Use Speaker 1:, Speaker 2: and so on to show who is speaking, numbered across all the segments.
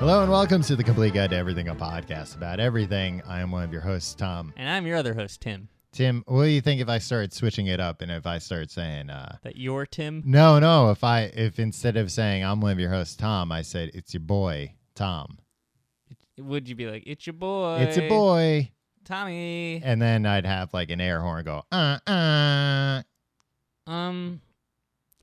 Speaker 1: Hello and welcome to the Complete Guide to Everything, a podcast about everything. I am one of your hosts, Tom.
Speaker 2: And I'm your other host, Tim.
Speaker 1: Tim, what do you think if I start switching it up and if I start saying, uh,
Speaker 2: That you're Tim.
Speaker 1: no, no, if I, if instead of saying I'm one of your hosts, Tom, I said, it's your boy, Tom.
Speaker 2: Would you be like, it's your boy?
Speaker 1: It's a boy.
Speaker 2: Tommy.
Speaker 1: And then I'd have like an air horn go, uh, uh. I
Speaker 2: Um,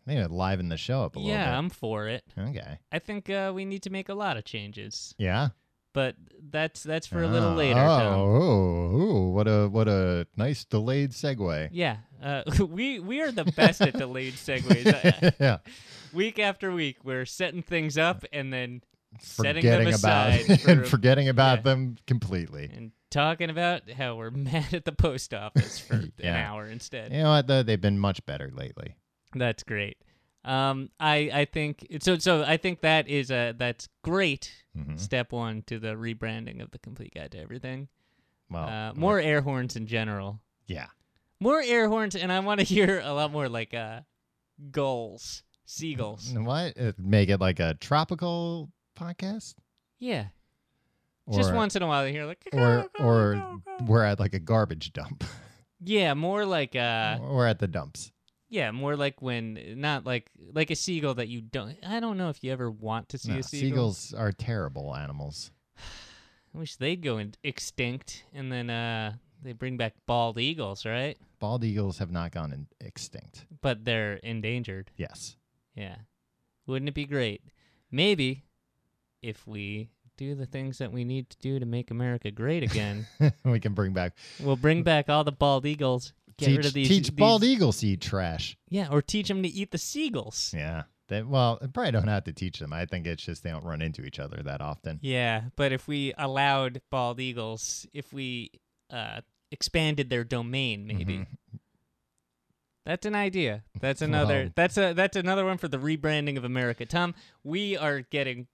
Speaker 1: think it'd liven the show up a
Speaker 2: yeah,
Speaker 1: little
Speaker 2: I'm for it.
Speaker 1: bit. Okay.
Speaker 2: I think uh, we need to make a lot of changes,
Speaker 1: Yeah.
Speaker 2: but that's that's for a little
Speaker 1: Ah,
Speaker 2: later, Tom.
Speaker 1: Oh, ooh, ooh, what a, what a nice delayed segue.
Speaker 2: Yeah, uh, we we are the best at delayed segues. Uh,
Speaker 1: yeah.
Speaker 2: week after week, we're setting things up and then setting
Speaker 1: forgetting
Speaker 2: them
Speaker 1: about
Speaker 2: aside for-
Speaker 1: and forgetting about
Speaker 2: yeah.
Speaker 1: them completely.
Speaker 2: and talking about how we're mad at the post office for an
Speaker 1: Yeah.
Speaker 2: hour instead.
Speaker 1: You know what though? They've been much better lately.
Speaker 2: That's great. Um, I I think so. So I think that is a that's great.
Speaker 1: Mhm.
Speaker 2: Step one to the rebranding of the complete guide to everything.
Speaker 1: Well,
Speaker 2: uh,
Speaker 1: we're-
Speaker 2: more air horns in general.
Speaker 1: yeah,
Speaker 2: More air horns, and I want to hear a lot more like uh, gulls, seagulls.
Speaker 1: what Uh, make it like a tropical podcast?
Speaker 2: Yeah, just
Speaker 1: Or-
Speaker 2: once in a while you hear like
Speaker 1: or
Speaker 2: "Caw, caw,
Speaker 1: or
Speaker 2: caw, caw."
Speaker 1: we're at like a garbage dump.
Speaker 2: yeah, more like uh,
Speaker 1: we're at the dumps.
Speaker 2: yeah, more like when not like like a seagull that you don't. I don't know if you ever want to see
Speaker 1: No,
Speaker 2: a seagull.
Speaker 1: Seagulls are terrible animals.
Speaker 2: I wish they'd go in- extinct, and then uh, they bring back bald eagles, right?
Speaker 1: Bald eagles have not gone in- extinct.
Speaker 2: But they're endangered.
Speaker 1: Yes.
Speaker 2: Yeah, wouldn't it be great? Maybe if we do the things that we need to do to make America great again,
Speaker 1: we can bring back
Speaker 2: we'll bring back all the bald eagles. Get
Speaker 1: teach,
Speaker 2: rid of these,
Speaker 1: teach bald
Speaker 2: these-
Speaker 1: eagles to eat trash.
Speaker 2: Yeah, or teach them to eat the seagulls.
Speaker 1: Yeah. They, well, I probably don't have to teach them. I think it's just they don't run into each other that often.
Speaker 2: Yeah, but if we allowed bald eagles, if we uh, expanded their domain, maybe
Speaker 1: Mhm.
Speaker 2: that's an idea. That's another.
Speaker 1: Wow.
Speaker 2: That's a. That's another one for the rebranding of America. Tom, we are getting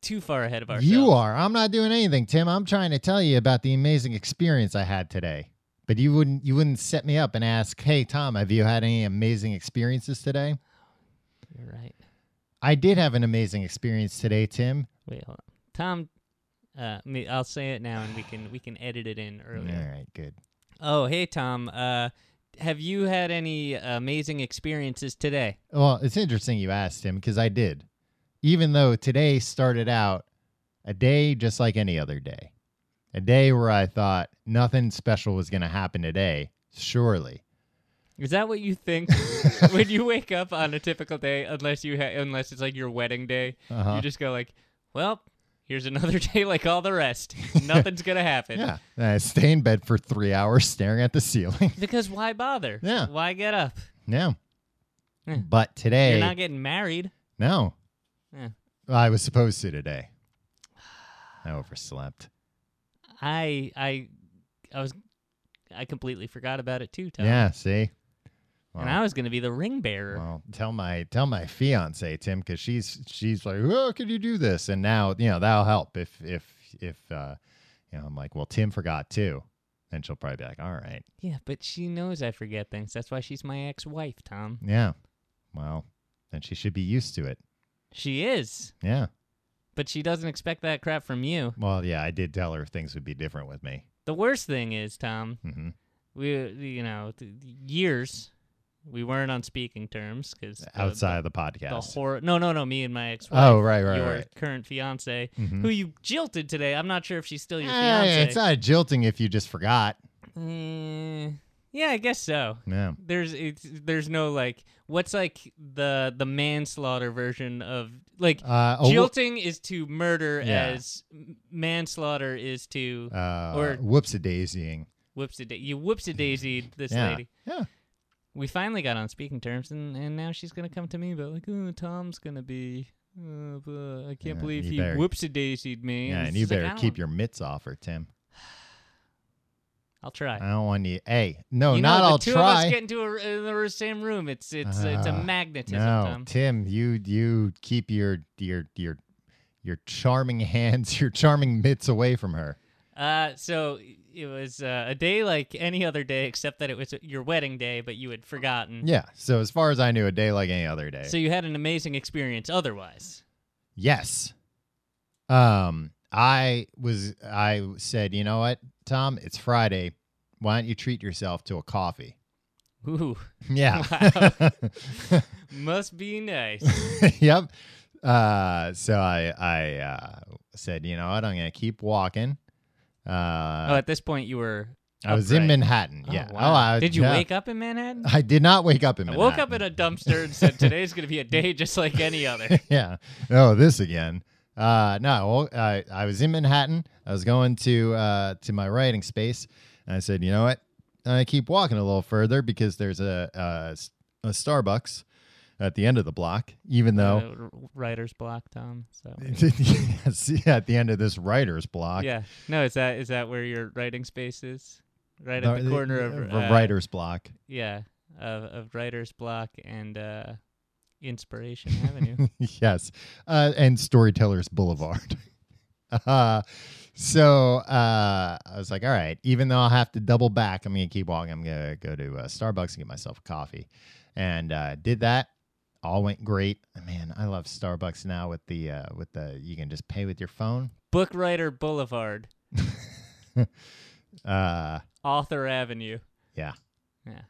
Speaker 2: too far ahead of ourselves.
Speaker 1: You are. I'm not doing anything, Tim. I'm trying to tell you about the amazing experience I had today. But you wouldn't you wouldn't set me up and ask, "Hey Tom, have you had any amazing experiences today?"
Speaker 2: You're right.
Speaker 1: I did have an amazing experience today, Tim.
Speaker 2: Wait, hold on. Tom. Uh, me, I'll say it now, and we can we can edit it in
Speaker 1: All
Speaker 2: earlier.
Speaker 1: right, good.
Speaker 2: Oh, hey Tom. Uh, have you had any amazing experiences today?
Speaker 1: Well, it's interesting you asked him because I did. Even though today started out a day just like any other day, a day where I thought nothing special was going to happen today, surely.
Speaker 2: Is that what you think when you wake up on a typical day? Unless you ha- unless it's like your wedding day,
Speaker 1: Uh-huh.
Speaker 2: you just go like, well. Here's another day like all the rest. Nothing's going to happen.
Speaker 1: Yeah. And I stay in bed for three hours staring at the ceiling.
Speaker 2: Because why bother?
Speaker 1: Yeah.
Speaker 2: Why get up?
Speaker 1: No.
Speaker 2: Yeah.
Speaker 1: But today,
Speaker 2: You're not getting married.
Speaker 1: no.
Speaker 2: Yeah.
Speaker 1: I was supposed to today. I overslept.
Speaker 2: I I I was I completely forgot about it too, Tom.
Speaker 1: Yeah, see.
Speaker 2: And I was gonna be the ring bearer.
Speaker 1: well, tell my tell my fiance Tim because she's she's like, oh, could you do this? And now you know that'll help if if if uh, you know I'm like, well, Tim forgot too, and she'll probably be like, all right,
Speaker 2: Yeah, but she knows I forget things. That's why she's my ex wife, Tom.
Speaker 1: yeah, well, then she should be used to it.
Speaker 2: She is.
Speaker 1: Yeah,
Speaker 2: But she doesn't expect that crap from you.
Speaker 1: well, yeah, I did tell her things would be different with me.
Speaker 2: The worst thing is, Tom,
Speaker 1: hmm
Speaker 2: we you know, th- years we weren't on speaking terms because
Speaker 1: Outside of the
Speaker 2: the,
Speaker 1: podcast.
Speaker 2: horror. No, no, no. Me and my ex-wife,
Speaker 1: oh, right, right,
Speaker 2: your
Speaker 1: right.
Speaker 2: current fiance,
Speaker 1: Mhm.
Speaker 2: who you jilted today. I'm not sure if she's still your
Speaker 1: Eh,
Speaker 2: fiance.
Speaker 1: it's not jilting if you just forgot.
Speaker 2: Eh, yeah, I guess so.
Speaker 1: No.
Speaker 2: There's it's there's no like what's like the the manslaughter version of like
Speaker 1: Uh, a whoop-
Speaker 2: jilting is to murder
Speaker 1: Yeah.
Speaker 2: as m- manslaughter is to
Speaker 1: uh,
Speaker 2: or-
Speaker 1: whoops a daisying.
Speaker 2: whoops a da- you whoops a daisy this
Speaker 1: Yeah.
Speaker 2: lady.
Speaker 1: Yeah.
Speaker 2: We finally got on speaking terms and and now she's gonna come to me about like oh Tom's gonna be. Uh, blah, I can't
Speaker 1: Yeah,
Speaker 2: believe
Speaker 1: you
Speaker 2: he
Speaker 1: better-
Speaker 2: whoops a daisied me.
Speaker 1: Yeah,
Speaker 2: it's
Speaker 1: and you
Speaker 2: just like,
Speaker 1: better
Speaker 2: I don't
Speaker 1: keep
Speaker 2: want-
Speaker 1: your mitts off her, Tim.
Speaker 2: I'll try.
Speaker 1: I don't want you. Hey, Uh, no,
Speaker 2: you know,
Speaker 1: not
Speaker 2: the
Speaker 1: I'll
Speaker 2: two of us
Speaker 1: try.
Speaker 2: get into a, in the same room. It's it's it's a
Speaker 1: Ah,
Speaker 2: magnetism.
Speaker 1: No,
Speaker 2: Tom.
Speaker 1: Tim, you you keep your your your your charming hands, your charming mitts away from her.
Speaker 2: Uh, so it was uh, a day like any other day, except that it was your wedding day, but you had forgotten.
Speaker 1: Yeah. So as far as I knew, a day like any other day.
Speaker 2: So you had an amazing experience otherwise.
Speaker 1: yes. Um, I was I said, you know what, Tom, it's Friday. Why don't you treat yourself to a coffee?
Speaker 2: Ooh,
Speaker 1: Yeah.
Speaker 2: must be nice.
Speaker 1: yep. Uh, so I I uh, said, you know what, I'm gonna keep walking.
Speaker 2: oh,
Speaker 1: Uh,
Speaker 2: at this point you were.
Speaker 1: I was in
Speaker 2: upright.
Speaker 1: Manhattan.
Speaker 2: Oh,
Speaker 1: yeah.
Speaker 2: wow.
Speaker 1: Oh, I,
Speaker 2: did you
Speaker 1: yeah.
Speaker 2: wake up in Manhattan?
Speaker 1: I did not wake up in
Speaker 2: I
Speaker 1: Manhattan.
Speaker 2: woke up in a dumpster and said, "Today's going to be a day just like any other."
Speaker 1: yeah. Oh, this again. Uh, no, well, I, I was in Manhattan. I was going to uh, to my writing space, and I said, you know what? I keep walking a little further because there's a a, s- a Starbucks at the end of the block, even though
Speaker 2: Uh, r- writer's block, Tom. So.
Speaker 1: Yes, yeah, at the end of this writer's block.
Speaker 2: Yeah. No, is that is that where your writing space is? Right at the
Speaker 1: uh,
Speaker 2: corner of
Speaker 1: a
Speaker 2: uh,
Speaker 1: writer's block.
Speaker 2: Yeah, of of writer's block and uh, Inspiration Avenue.
Speaker 1: yes, uh, and Storytellers Boulevard. uh, so uh, I was like, all right, even though I'll have to double back, I'm gonna keep walking. I'm gonna go to uh, Starbucks and get myself a coffee, and uh, did that. All went great. Man, I love Starbucks now with the uh, with the you can just pay with your phone.
Speaker 2: Book Writer Boulevard,
Speaker 1: Uh,
Speaker 2: Author Avenue.
Speaker 1: Yeah.
Speaker 2: Yeah.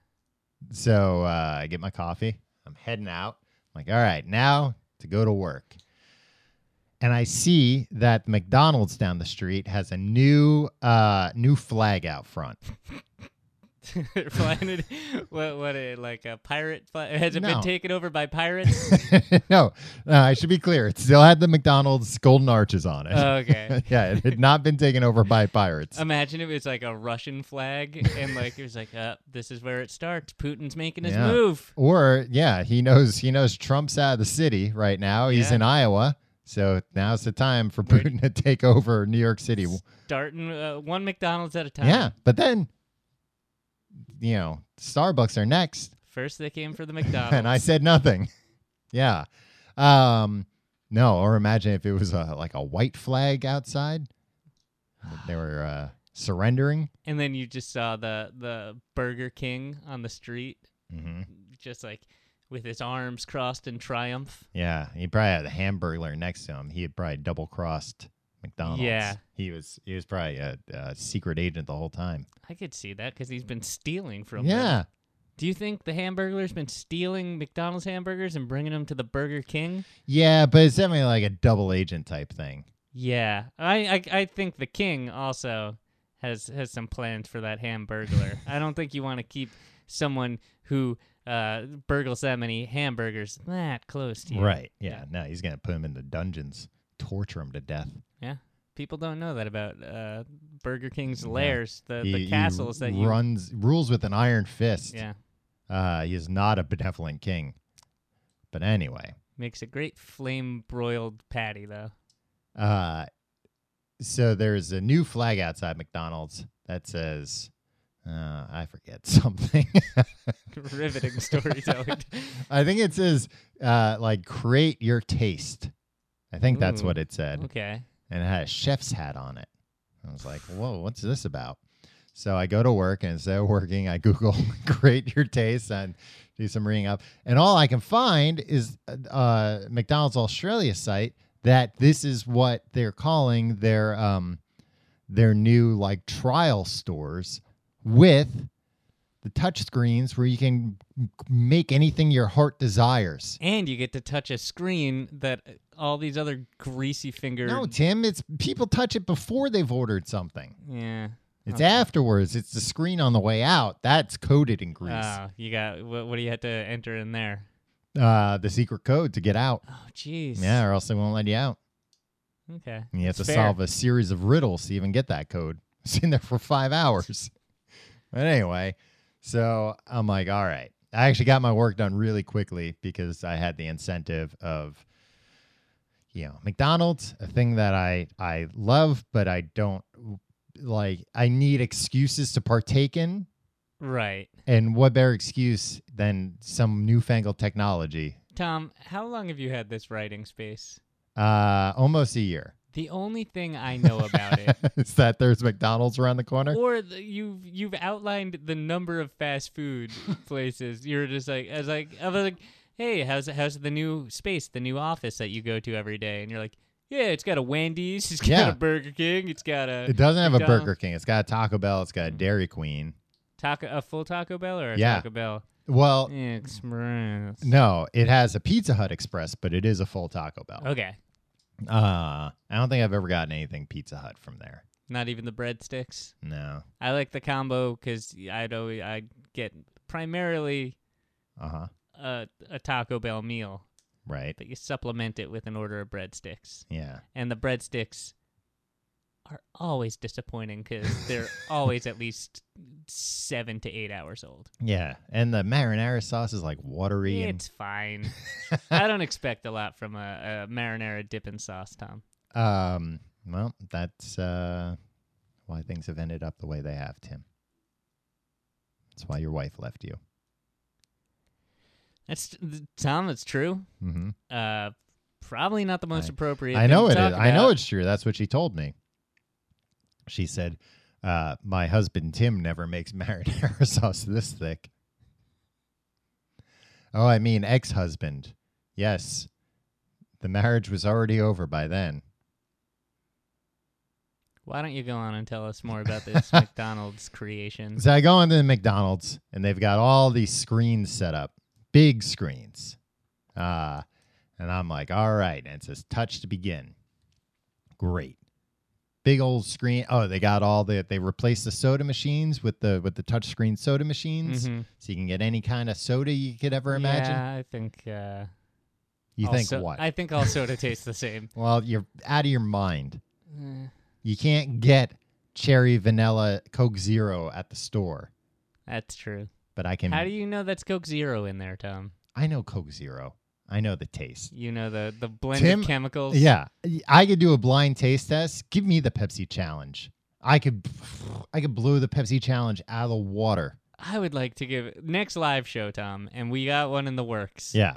Speaker 1: so uh, I get my coffee. I'm heading out. I'm like, all right, now to go to work. And I see that McDonald's down the street has a new uh, new flag out front.
Speaker 2: Flying it- what what a, like a pirate fly- has it
Speaker 1: No.
Speaker 2: been taken over by pirates?
Speaker 1: no, no, I should be clear. It still had the McDonald's golden arches on it.
Speaker 2: Uh, okay.
Speaker 1: yeah, it had not been taken over by pirates.
Speaker 2: Imagine if it's like a Russian flag and like it was like, uh, this is where it starts. Putin's making his
Speaker 1: Yeah.
Speaker 2: move.
Speaker 1: or yeah, he knows he knows Trump's out of the city right now. He's
Speaker 2: Yeah.
Speaker 1: in Iowa, so now's the time for
Speaker 2: Where-
Speaker 1: Putin to take over New York City.
Speaker 2: Starting uh, one McDonald's at a time.
Speaker 1: Yeah, but then, you know, Starbucks are next,
Speaker 2: First they came for the McDonald's.
Speaker 1: and I said nothing. yeah, um, no. Or imagine if it was a, like a white flag outside. They were uh, surrendering.
Speaker 2: And then you just saw the the Burger King on the street,
Speaker 1: hmm
Speaker 2: just like with his arms crossed in triumph.
Speaker 1: Yeah, he probably had a hamburger next to him. He had probably double crossed McDonald's.
Speaker 2: Yeah.
Speaker 1: he was he was probably a, a secret agent the whole time.
Speaker 2: I could see that because he's been stealing from. them.
Speaker 1: yeah,
Speaker 2: Do you think the Hamburglar's been stealing McDonald's hamburgers and bringing them to the Burger King?
Speaker 1: yeah, but it's definitely like a double agent type thing.
Speaker 2: Yeah, I I, I think the King also has has some plans for that Hamburglar. I don't think you want to keep someone who uh, burgles that many hamburgers that close to you.
Speaker 1: Right. Yeah. No, he's gonna put him in the dungeons, torture him to death.
Speaker 2: People don't know that about uh, Burger King's
Speaker 1: Yeah.
Speaker 2: lairs, the,
Speaker 1: He-
Speaker 2: the
Speaker 1: he
Speaker 2: castles that you
Speaker 1: runs rules with an iron fist.
Speaker 2: yeah
Speaker 1: Uh, he is not a benevolent king. But anyway,
Speaker 2: makes a great flame broiled patty though.
Speaker 1: uh, so there's a new flag outside McDonald's that says, uh, I forget something.
Speaker 2: Riveting storytelling.
Speaker 1: I think it says uh, like create your taste. I think that's
Speaker 2: Ooh.
Speaker 1: what it said.
Speaker 2: okay,
Speaker 1: and it had a chef's hat on it. I was like, whoa, what's this about? So I go to work and instead of working, I Google create your taste and do some reading up. And all I can find is uh, McDonald's Australia site that this is what they're calling their um, their new like trial stores with the touch screens where you can make anything your heart desires.
Speaker 2: and you get to touch a screen that uh, all these other greasy fingered.
Speaker 1: No, Tim, it's people touch it before they've ordered something.
Speaker 2: yeah.
Speaker 1: It's
Speaker 2: Okay.
Speaker 1: afterwards. It's the screen on the way out. That's coded in Greece. Uh,
Speaker 2: Oh, you got what, what do you have to enter in there?
Speaker 1: Uh, the secret code to get out.
Speaker 2: Oh, jeez.
Speaker 1: Yeah, or else they won't let you out.
Speaker 2: Okay.
Speaker 1: And you have
Speaker 2: That's
Speaker 1: to
Speaker 2: fair.
Speaker 1: solve a series of riddles to even get that code. It's in there for five hours. but anyway, so I'm like, all right. I actually got my work done really quickly because I had the incentive of, you know, McDonald's, a thing that I I love, but I don't like. I need excuses to partake in,
Speaker 2: Right,
Speaker 1: and what better excuse than some newfangled technology?
Speaker 2: Tom. How long have you had this writing space?
Speaker 1: Uh, almost a year.
Speaker 2: The only thing I know about it
Speaker 1: Is that there's McDonald's around the corner?
Speaker 2: or the, you've you've outlined the number of fast food places. You're just like I was like I was like, hey, how's how's the new space, the new office that you go to every day? And you're like, Yeah, it's got a Wendy's, it's got
Speaker 1: Yeah.
Speaker 2: a Burger King, it's got a
Speaker 1: It doesn't have a
Speaker 2: McDonald's.
Speaker 1: Burger King. It's got a Taco Bell. It's got a Dairy Queen.
Speaker 2: taco, a full Taco Bell or a
Speaker 1: Yeah.
Speaker 2: Taco Bell
Speaker 1: Well,
Speaker 2: Express.
Speaker 1: no, it has a Pizza Hut Express, but it is a full Taco Bell.
Speaker 2: Okay,
Speaker 1: Uh, I don't think I've ever gotten anything Pizza Hut from there.
Speaker 2: not even the breadsticks.
Speaker 1: No.
Speaker 2: I like the combo because I'd always I get primarily
Speaker 1: Uh huh.
Speaker 2: a, a Taco Bell meal,
Speaker 1: Right.
Speaker 2: but you supplement it with an order of breadsticks,
Speaker 1: Yeah.
Speaker 2: and the breadsticks are always disappointing because they're always at least seven to eight hours old.
Speaker 1: Yeah. And the marinara sauce is like watery
Speaker 2: It's fine. I don't expect a lot from a, a marinara dipping sauce, Tom.
Speaker 1: and um. Well, that's uh, why things have ended up the way they have, Tim. That's why your wife left you.
Speaker 2: That's th- Tom. That's true.
Speaker 1: Mm-hmm.
Speaker 2: Uh, probably not the most
Speaker 1: I-
Speaker 2: appropriate.
Speaker 1: I know
Speaker 2: thing
Speaker 1: it is.
Speaker 2: to talk
Speaker 1: I know
Speaker 2: about.
Speaker 1: it's true. That's what she told me. She said, uh, "My husband Tim never makes marinara sauce this thick." Oh, I mean ex-husband. Yes, the marriage was already over by then.
Speaker 2: Why don't you go on and tell us more about this McDonald's creation?
Speaker 1: So I go into the McDonald's and they've got all these screens set up, big screens. Uh, and I'm like, all right. And it says touch to begin. Great. Big old screen. Oh, they got all the they replaced the soda machines with the with the touch screen soda machines.
Speaker 2: Mhm.
Speaker 1: So you can get any kind of soda you could ever imagine.
Speaker 2: Yeah, I think. Uh,
Speaker 1: You
Speaker 2: all
Speaker 1: think
Speaker 2: so-
Speaker 1: what?
Speaker 2: I think all soda tastes the same.
Speaker 1: well, you're out of your mind.
Speaker 2: Eh,
Speaker 1: You can't get cherry vanilla Coke Zero at the store.
Speaker 2: That's true.
Speaker 1: But I can
Speaker 2: How do you know that's Coke Zero in there, Tom?
Speaker 1: I know Coke Zero. I know the taste.
Speaker 2: You know the the blended
Speaker 1: Tim-
Speaker 2: chemicals.
Speaker 1: Yeah, I could do a blind taste test. Give me the Pepsi challenge. I could, I could blow the Pepsi challenge out of the water.
Speaker 2: I would like to give next live show, Tom, and we got one in the works.
Speaker 1: Yeah,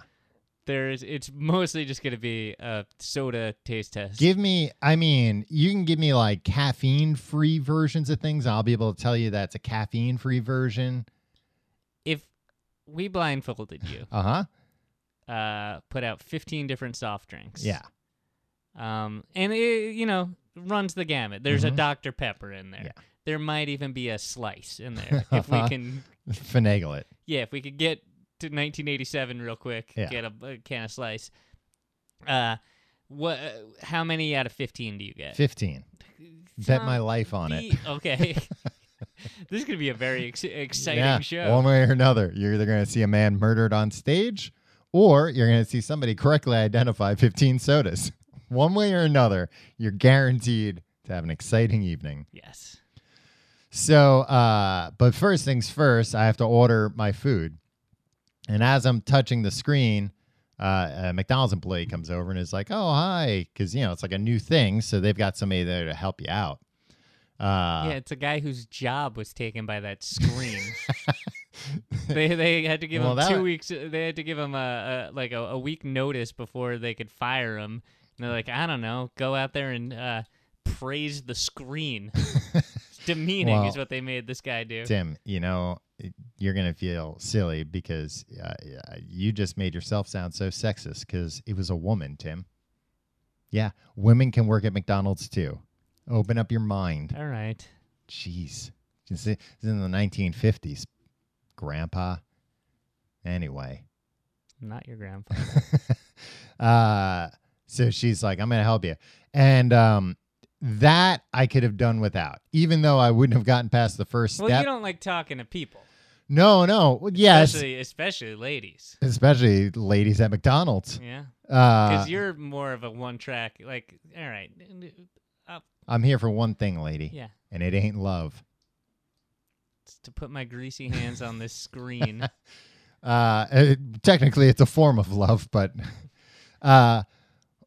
Speaker 2: There's it's mostly just gonna be a soda taste test.
Speaker 1: give me. I mean, you can give me like caffeine-free versions of things. I'll be able to tell you that's a caffeine-free version.
Speaker 2: if we blindfolded you,
Speaker 1: Uh huh.
Speaker 2: uh, put out 15 different soft drinks.
Speaker 1: Yeah.
Speaker 2: Um, and it, you know, runs the gamut. There's a
Speaker 1: Mhm.
Speaker 2: Dr. Pepper in there.
Speaker 1: Yeah.
Speaker 2: There might even be a slice in there if we can.
Speaker 1: Finagle it.
Speaker 2: Yeah, if we could get to 1987 real quick,
Speaker 1: Yeah.
Speaker 2: get a, a can of slice. Uh, what? How many out of 15 do you get?
Speaker 1: Fifteen. Bet my
Speaker 2: Tom,
Speaker 1: life on it.
Speaker 2: be- Okay. this is gonna be a very ex- exciting
Speaker 1: yeah,
Speaker 2: show.
Speaker 1: One way or another, you're either going to see a man murdered on stage, or you're going to see somebody correctly identify 15 sodas. One way or another, you're guaranteed to have an exciting evening.
Speaker 2: yes.
Speaker 1: So, uh, but first things first, I have to order my food, and as I'm touching the screen. Uh, a McDonald's employee comes over and is like, "Oh, hi," because you know it's like a new thing, so they've got somebody there to help you out. Uh,
Speaker 2: yeah, it's a guy whose job was taken by that screen. they they had to give
Speaker 1: Well,
Speaker 2: him
Speaker 1: that
Speaker 2: two
Speaker 1: wa-
Speaker 2: weeks. uh, They had to give him a, a like a, a week notice before they could fire him. And they're like, I don't know, go out there and uh, praise the screen. It's demeaning
Speaker 1: Well,
Speaker 2: is what they made this guy do.
Speaker 1: Tim, you know, it- you're going to feel silly because uh, uh, you just made yourself sound so sexist because it was a woman, Tim. Yeah, women can work at McDonald's too. Open up your mind.
Speaker 2: All right,
Speaker 1: Jeez. This is this is in the 1950s, Grandpa. Anyway.
Speaker 2: not your grandpa.
Speaker 1: uh, so she's like, I'm going to help you. And um, that I could have done without, even though I wouldn't have gotten past the first
Speaker 2: well, you
Speaker 1: step.
Speaker 2: don't like talking to people,
Speaker 1: No, no. Well, Yes.
Speaker 2: especially especially ladies.
Speaker 1: especially ladies at McDonald's.
Speaker 2: Yeah, because
Speaker 1: Uh,
Speaker 2: you're more of a one track. Like, all right, uh,
Speaker 1: I'm here for one thing, lady,
Speaker 2: yeah.
Speaker 1: and it ain't love.
Speaker 2: It's to put my greasy hands on this screen.
Speaker 1: Uh, it- technically, it's a form of love, but uh,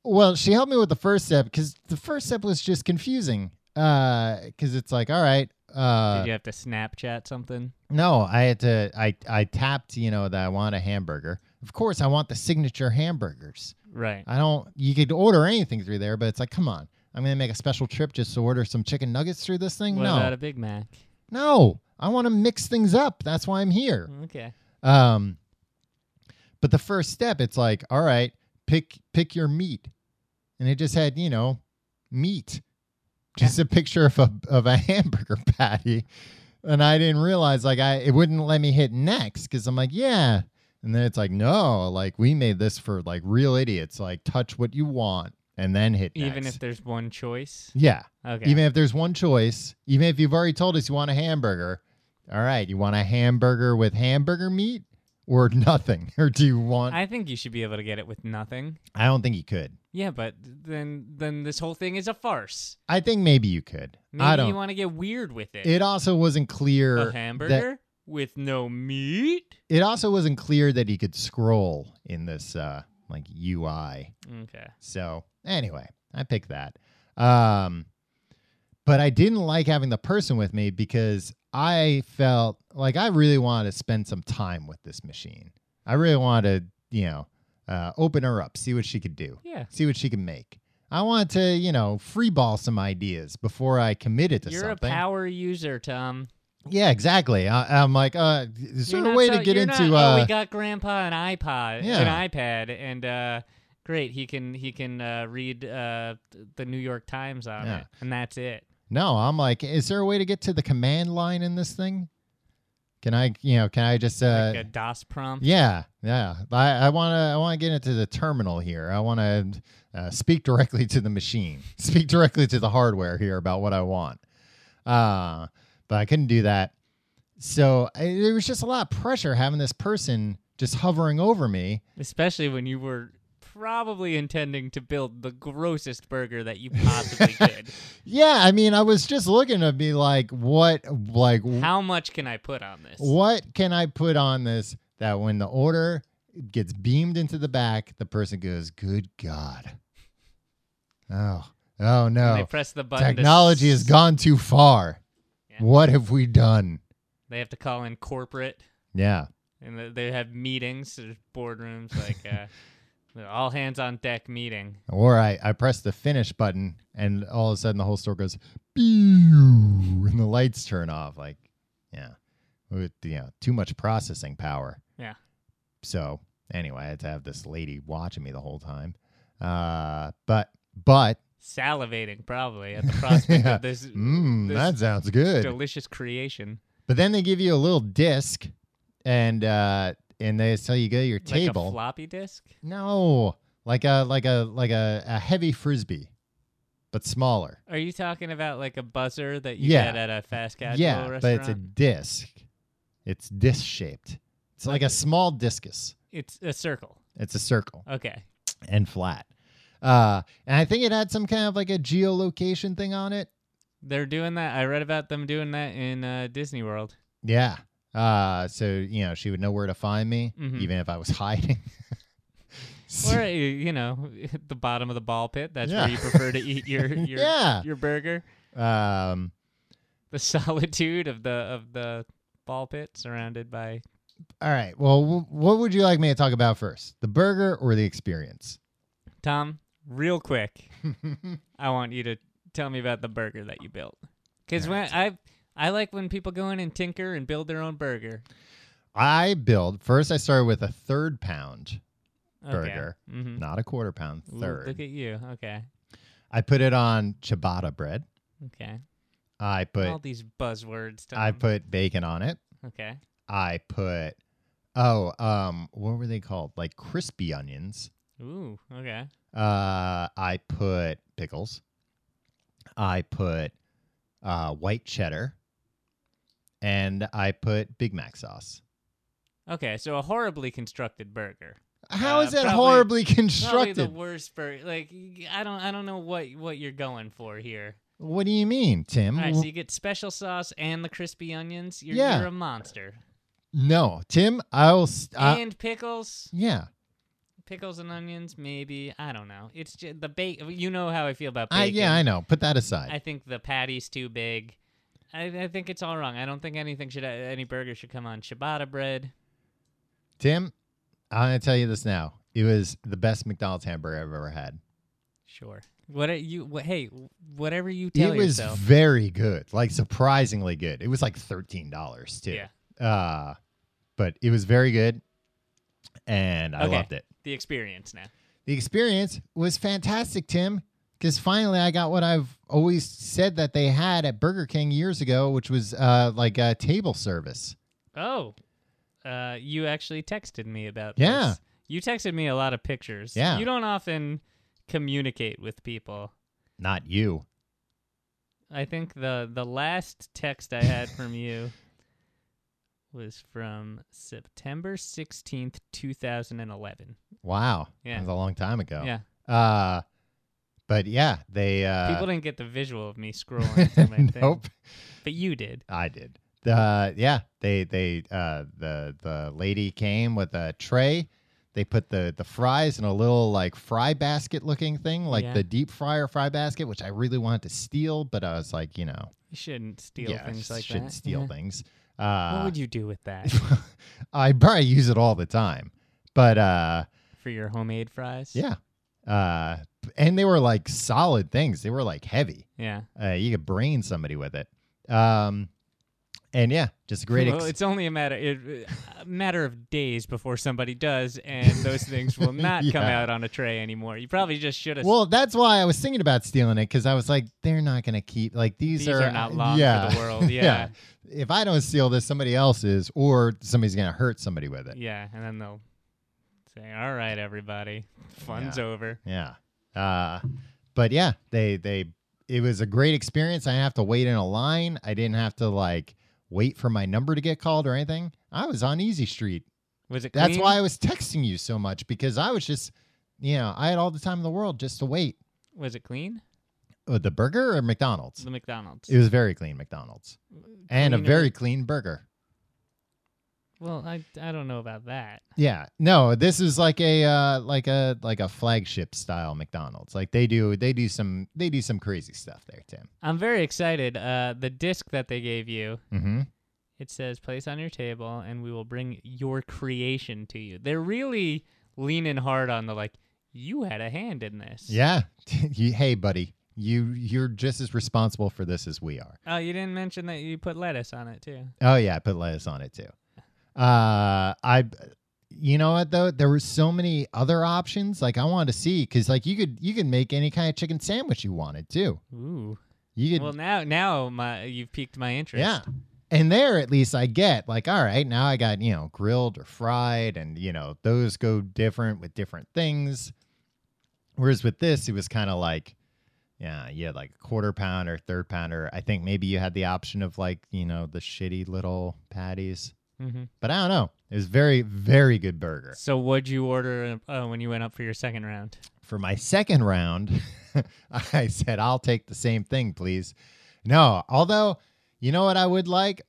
Speaker 1: well, she helped me with the first step because the first step was just confusing. Because it's like, all right, uh,
Speaker 2: Did you have to Snapchat something?
Speaker 1: no, I had to, I, I tapped, you know, that I want a hamburger. Of course, I want the signature hamburgers.
Speaker 2: Right.
Speaker 1: I don't. You could order anything through there, but it's like, come on, I'm gonna make a special trip just to order some chicken nuggets through this thing.
Speaker 2: What
Speaker 1: no,
Speaker 2: about a Big Mac?
Speaker 1: No, I want to mix things up. That's why I'm here.
Speaker 2: Okay.
Speaker 1: Um, but the first step, it's like, all right, pick pick your meat, and it just had you know meat, just a picture of a of a hamburger patty, and I didn't realize like I it wouldn't let me hit next because I'm like yeah, and then it's like no like we made this for like real idiots like touch what you want and then hit next.
Speaker 2: Even if there's one choice.
Speaker 1: yeah
Speaker 2: Okay.
Speaker 1: even if there's one choice, even if you've already told us you want a hamburger, all right, you want a hamburger with hamburger meat or nothing? Or do you want I,
Speaker 2: I think you should be able to get it with nothing.
Speaker 1: don't think you could.
Speaker 2: Yeah, but then then this whole thing is a farce.
Speaker 1: I think maybe you could.
Speaker 2: Maybe
Speaker 1: I don't
Speaker 2: you want to get weird with it.
Speaker 1: It also wasn't clear
Speaker 2: a
Speaker 1: that-
Speaker 2: hamburger with no meat.
Speaker 1: it also wasn't clear that he could scroll in this uh like UI.
Speaker 2: Okay.
Speaker 1: So anyway, I picked that. Um, but I didn't like having the person with me because I felt like I really wanted to spend some time with this machine. I really wanted to, you know, uh, open her up, see what she could do,
Speaker 2: Yeah.
Speaker 1: see what she could make. I wanted to, you know, freeball some ideas before I committed to
Speaker 2: You're
Speaker 1: something.
Speaker 2: a power user, Tom.
Speaker 1: yeah, exactly. I, I'm like, uh, is there
Speaker 2: You're
Speaker 1: a
Speaker 2: not
Speaker 1: way
Speaker 2: so-
Speaker 1: to get
Speaker 2: you're
Speaker 1: into?
Speaker 2: not,
Speaker 1: uh,
Speaker 2: oh, we got Grandpa an iPod,
Speaker 1: Yeah.
Speaker 2: an iPad, and uh, great. He can he can uh, read uh, th- the New York Times on
Speaker 1: Yeah.
Speaker 2: it, and that's it.
Speaker 1: No, I'm like, is there a way to get to the command line in this thing? Can I, you know, can I just, uh,
Speaker 2: like a DOS prompt.
Speaker 1: yeah, yeah. I, I wanna, I wanna get into the terminal here. I wanna uh, speak directly to the machine, speak directly to the hardware here about what I want. Uh, but I couldn't do that. So I, there was just a lot of pressure having this person just hovering over me.
Speaker 2: Especially when you were probably intending to build the grossest burger that you possibly could.
Speaker 1: Yeah, I mean, I was just looking to be like, what, like,
Speaker 2: How much can I put on this?
Speaker 1: What can I put on this that when the order gets beamed into the back, the person goes, "Good God!" Oh, oh
Speaker 2: And they
Speaker 1: no!
Speaker 2: press the button. to
Speaker 1: Technology has
Speaker 2: s-
Speaker 1: gone too far.
Speaker 2: Yeah.
Speaker 1: What have we done?
Speaker 2: They have to call in corporate,
Speaker 1: Yeah,
Speaker 2: and th- they have meetings, there's boardrooms, like uh, all hands on deck meeting.
Speaker 1: or I, I press the finish button, and all of a sudden the whole store goes, "Pew," and the lights turn off. Like, yeah, with you know, too much processing power.
Speaker 2: Yeah.
Speaker 1: So anyway, I had to have this lady watching me the whole time. Uh, but but
Speaker 2: Salivating probably at the prospect
Speaker 1: Yeah.
Speaker 2: of this, uh,
Speaker 1: mm,
Speaker 2: this
Speaker 1: that sounds good.
Speaker 2: delicious creation,
Speaker 1: but then they give you a little disc, and uh, and they tell you go to your
Speaker 2: like a
Speaker 1: table.
Speaker 2: floppy disk.
Speaker 1: no, like a like a like a, a heavy frisbee, but smaller.
Speaker 2: Are you talking about like a buzzer that you
Speaker 1: Yeah.
Speaker 2: get at a fast casual
Speaker 1: yeah,
Speaker 2: restaurant?
Speaker 1: but it's a disc. It's disc shaped. It's like a small discus.
Speaker 2: it's a circle.
Speaker 1: It's a circle
Speaker 2: Okay.
Speaker 1: and flat. Uh, and I think it had some kind of like a geolocation thing on it.
Speaker 2: They're doing that. I read about them doing that in uh, Disney World.
Speaker 1: Yeah. Uh, so you know she would know where to find me,
Speaker 2: Mhm.
Speaker 1: even if I was hiding.
Speaker 2: Or uh, you know, at the bottom of the ball pit. That's
Speaker 1: Yeah.
Speaker 2: where you prefer to eat your your
Speaker 1: yeah.
Speaker 2: your burger.
Speaker 1: Um,
Speaker 2: The solitude of the of the ball pit surrounded by
Speaker 1: all right. Well, w- what would you like me to talk about first, the burger or the experience?
Speaker 2: Tom. Real quick, I want you to tell me about the burger that you built. Because when I I like when people go in and tinker and build their own burger.
Speaker 1: I build first. I started with a third pound,
Speaker 2: Okay.
Speaker 1: Burger.
Speaker 2: Mm-hmm.
Speaker 1: not a quarter pound.
Speaker 2: Ooh, look
Speaker 1: Third.
Speaker 2: at you. Okay.
Speaker 1: I put it on ciabatta bread.
Speaker 2: Okay.
Speaker 1: I
Speaker 2: All
Speaker 1: put
Speaker 2: these buzzwords. Tom.
Speaker 1: I put bacon on it.
Speaker 2: Okay.
Speaker 1: I put oh um what were they called? Like crispy onions.
Speaker 2: Ooh. Okay.
Speaker 1: Uh, I put pickles. I put uh, white cheddar, and I put Big Mac sauce.
Speaker 2: Okay. So a horribly constructed burger.
Speaker 1: How
Speaker 2: Uh,
Speaker 1: is that
Speaker 2: probably-
Speaker 1: horribly
Speaker 2: Probably
Speaker 1: constructed?
Speaker 2: the worst burger. Like y- I don't I don't know what what you're going for here.
Speaker 1: what do you mean, Tim?
Speaker 2: All right, so you get special sauce and the crispy onions. You're,
Speaker 1: Mm-hmm. Yeah.
Speaker 2: you're a monster.
Speaker 1: no, Tim. I'll. s- Uh, I-
Speaker 2: and pickles,
Speaker 1: yeah,
Speaker 2: pickles and onions, maybe. I don't know. It's just the bacon. You know how I feel about bacon.
Speaker 1: I yeah I know. Put that aside.
Speaker 2: I think the patty's too big. I, I think it's all wrong. I don't think anything should any burger should come on ciabatta bread.
Speaker 1: Tim, I'm gonna tell you this now. It was the best McDonald's hamburger I've ever had.
Speaker 2: Sure. What are you? What, hey, whatever you tell
Speaker 1: it was
Speaker 2: yourself.
Speaker 1: very good, like surprisingly good. It was like thirteen dollars too.
Speaker 2: Yeah.
Speaker 1: Uh, but it was very good, and I
Speaker 2: Okay.
Speaker 1: loved it.
Speaker 2: The experience now.
Speaker 1: The experience was fantastic, Tim, because finally I got what I've always said that they had at Burger King years ago, which was uh, like a table service.
Speaker 2: Oh, uh, you actually texted me about
Speaker 1: Yeah.
Speaker 2: this. You texted me a lot of pictures.
Speaker 1: Yeah.
Speaker 2: You don't often communicate with people.
Speaker 1: Not you.
Speaker 2: I think the the last text I had from you was from September 16th, 2011.
Speaker 1: Wow.
Speaker 2: Yeah.
Speaker 1: That was a long time ago.
Speaker 2: Yeah.
Speaker 1: Uh, but yeah, they. Uh,
Speaker 2: People didn't get the visual of me scrolling through my thing.
Speaker 1: nope.
Speaker 2: But you did.
Speaker 1: I did. Uh, yeah, they they uh, the the lady came with a tray. They put the the fries in a little like fry basket looking thing, like
Speaker 2: Yeah.
Speaker 1: the deep fryer fry basket, which I really wanted to steal, but I was like, you know,
Speaker 2: You shouldn't steal
Speaker 1: yeah,
Speaker 2: things
Speaker 1: I
Speaker 2: like
Speaker 1: shouldn't
Speaker 2: that.
Speaker 1: steal
Speaker 2: Yeah.
Speaker 1: things.
Speaker 2: what
Speaker 1: Uh,
Speaker 2: would you do with that
Speaker 1: I probably use it all the time, but uh,
Speaker 2: for your homemade fries?
Speaker 1: yeah, uh, and they were like solid things. They were like heavy.
Speaker 2: Yeah.
Speaker 1: Uh, you could brain somebody with it. Um, and yeah, just a great.
Speaker 2: Well,
Speaker 1: ex-
Speaker 2: it's only a matter it, a matter of days before somebody does, and those things will not come
Speaker 1: Yeah.
Speaker 2: out on a tray anymore. You probably just should have.
Speaker 1: Well, that's why I was thinking about stealing it because I was like, they're not going to keep like these,
Speaker 2: these are, not long
Speaker 1: yeah,
Speaker 2: for the world. Yeah.
Speaker 1: If I don't steal this, somebody else is, or somebody's going to hurt somebody with
Speaker 2: yeah,
Speaker 1: it.
Speaker 2: and then they'll say, "All right, everybody, fun's
Speaker 1: Yeah.
Speaker 2: over."
Speaker 1: Yeah. Uh, but yeah, they they it was a great experience. I didn't have to wait in a line. I didn't have to like wait for my number to get called or anything. I was on Easy Street.
Speaker 2: Was it?
Speaker 1: That's
Speaker 2: clean?
Speaker 1: why I was texting you so much because I was just, you know, I had all the time in the world just to wait.
Speaker 2: Was it clean?
Speaker 1: Uh, The burger or McDonald's?
Speaker 2: The McDonald's.
Speaker 1: It was very clean McDonald's and a
Speaker 2: Clean or-
Speaker 1: very clean burger.
Speaker 2: well. I I don't know about that.
Speaker 1: Yeah. No, this is like a uh like a like a flagship style McDonald's. Like they do they do some they do some crazy stuff there, Tim.
Speaker 2: I'm very excited. Uh, the disc that they gave you.
Speaker 1: Mhm.
Speaker 2: It says, "Place on your table, and we will bring your creation to you." They're really leaning hard on the like. You had a hand in this.
Speaker 1: Yeah. You- hey buddy, you you're just as responsible for this as we are.
Speaker 2: Oh, you didn't mention that you put lettuce on it too.
Speaker 1: Oh yeah, I put lettuce on it too. Uh I you know what though? There were so many other options like I wanted to see cuz like you could you could make any kind of chicken sandwich you wanted too.
Speaker 2: Ooh.
Speaker 1: You could
Speaker 2: Well, now now my you've piqued my interest.
Speaker 1: Yeah. And there at least I get like, all right, now I got, you know, grilled or fried and you know, those go different with different things. Whereas with this, it was kind of like, yeah, you had like a quarter pounder, third pounder. I think maybe you had the option of like, you know, the shitty little patties.
Speaker 2: Mm-hmm.
Speaker 1: But I don't know. It was very, very good burger.
Speaker 2: So, what'd you order uh, when you went up for your second round?
Speaker 1: For my second round, I said, I'll take the same thing, please. No, although, you know what I would like?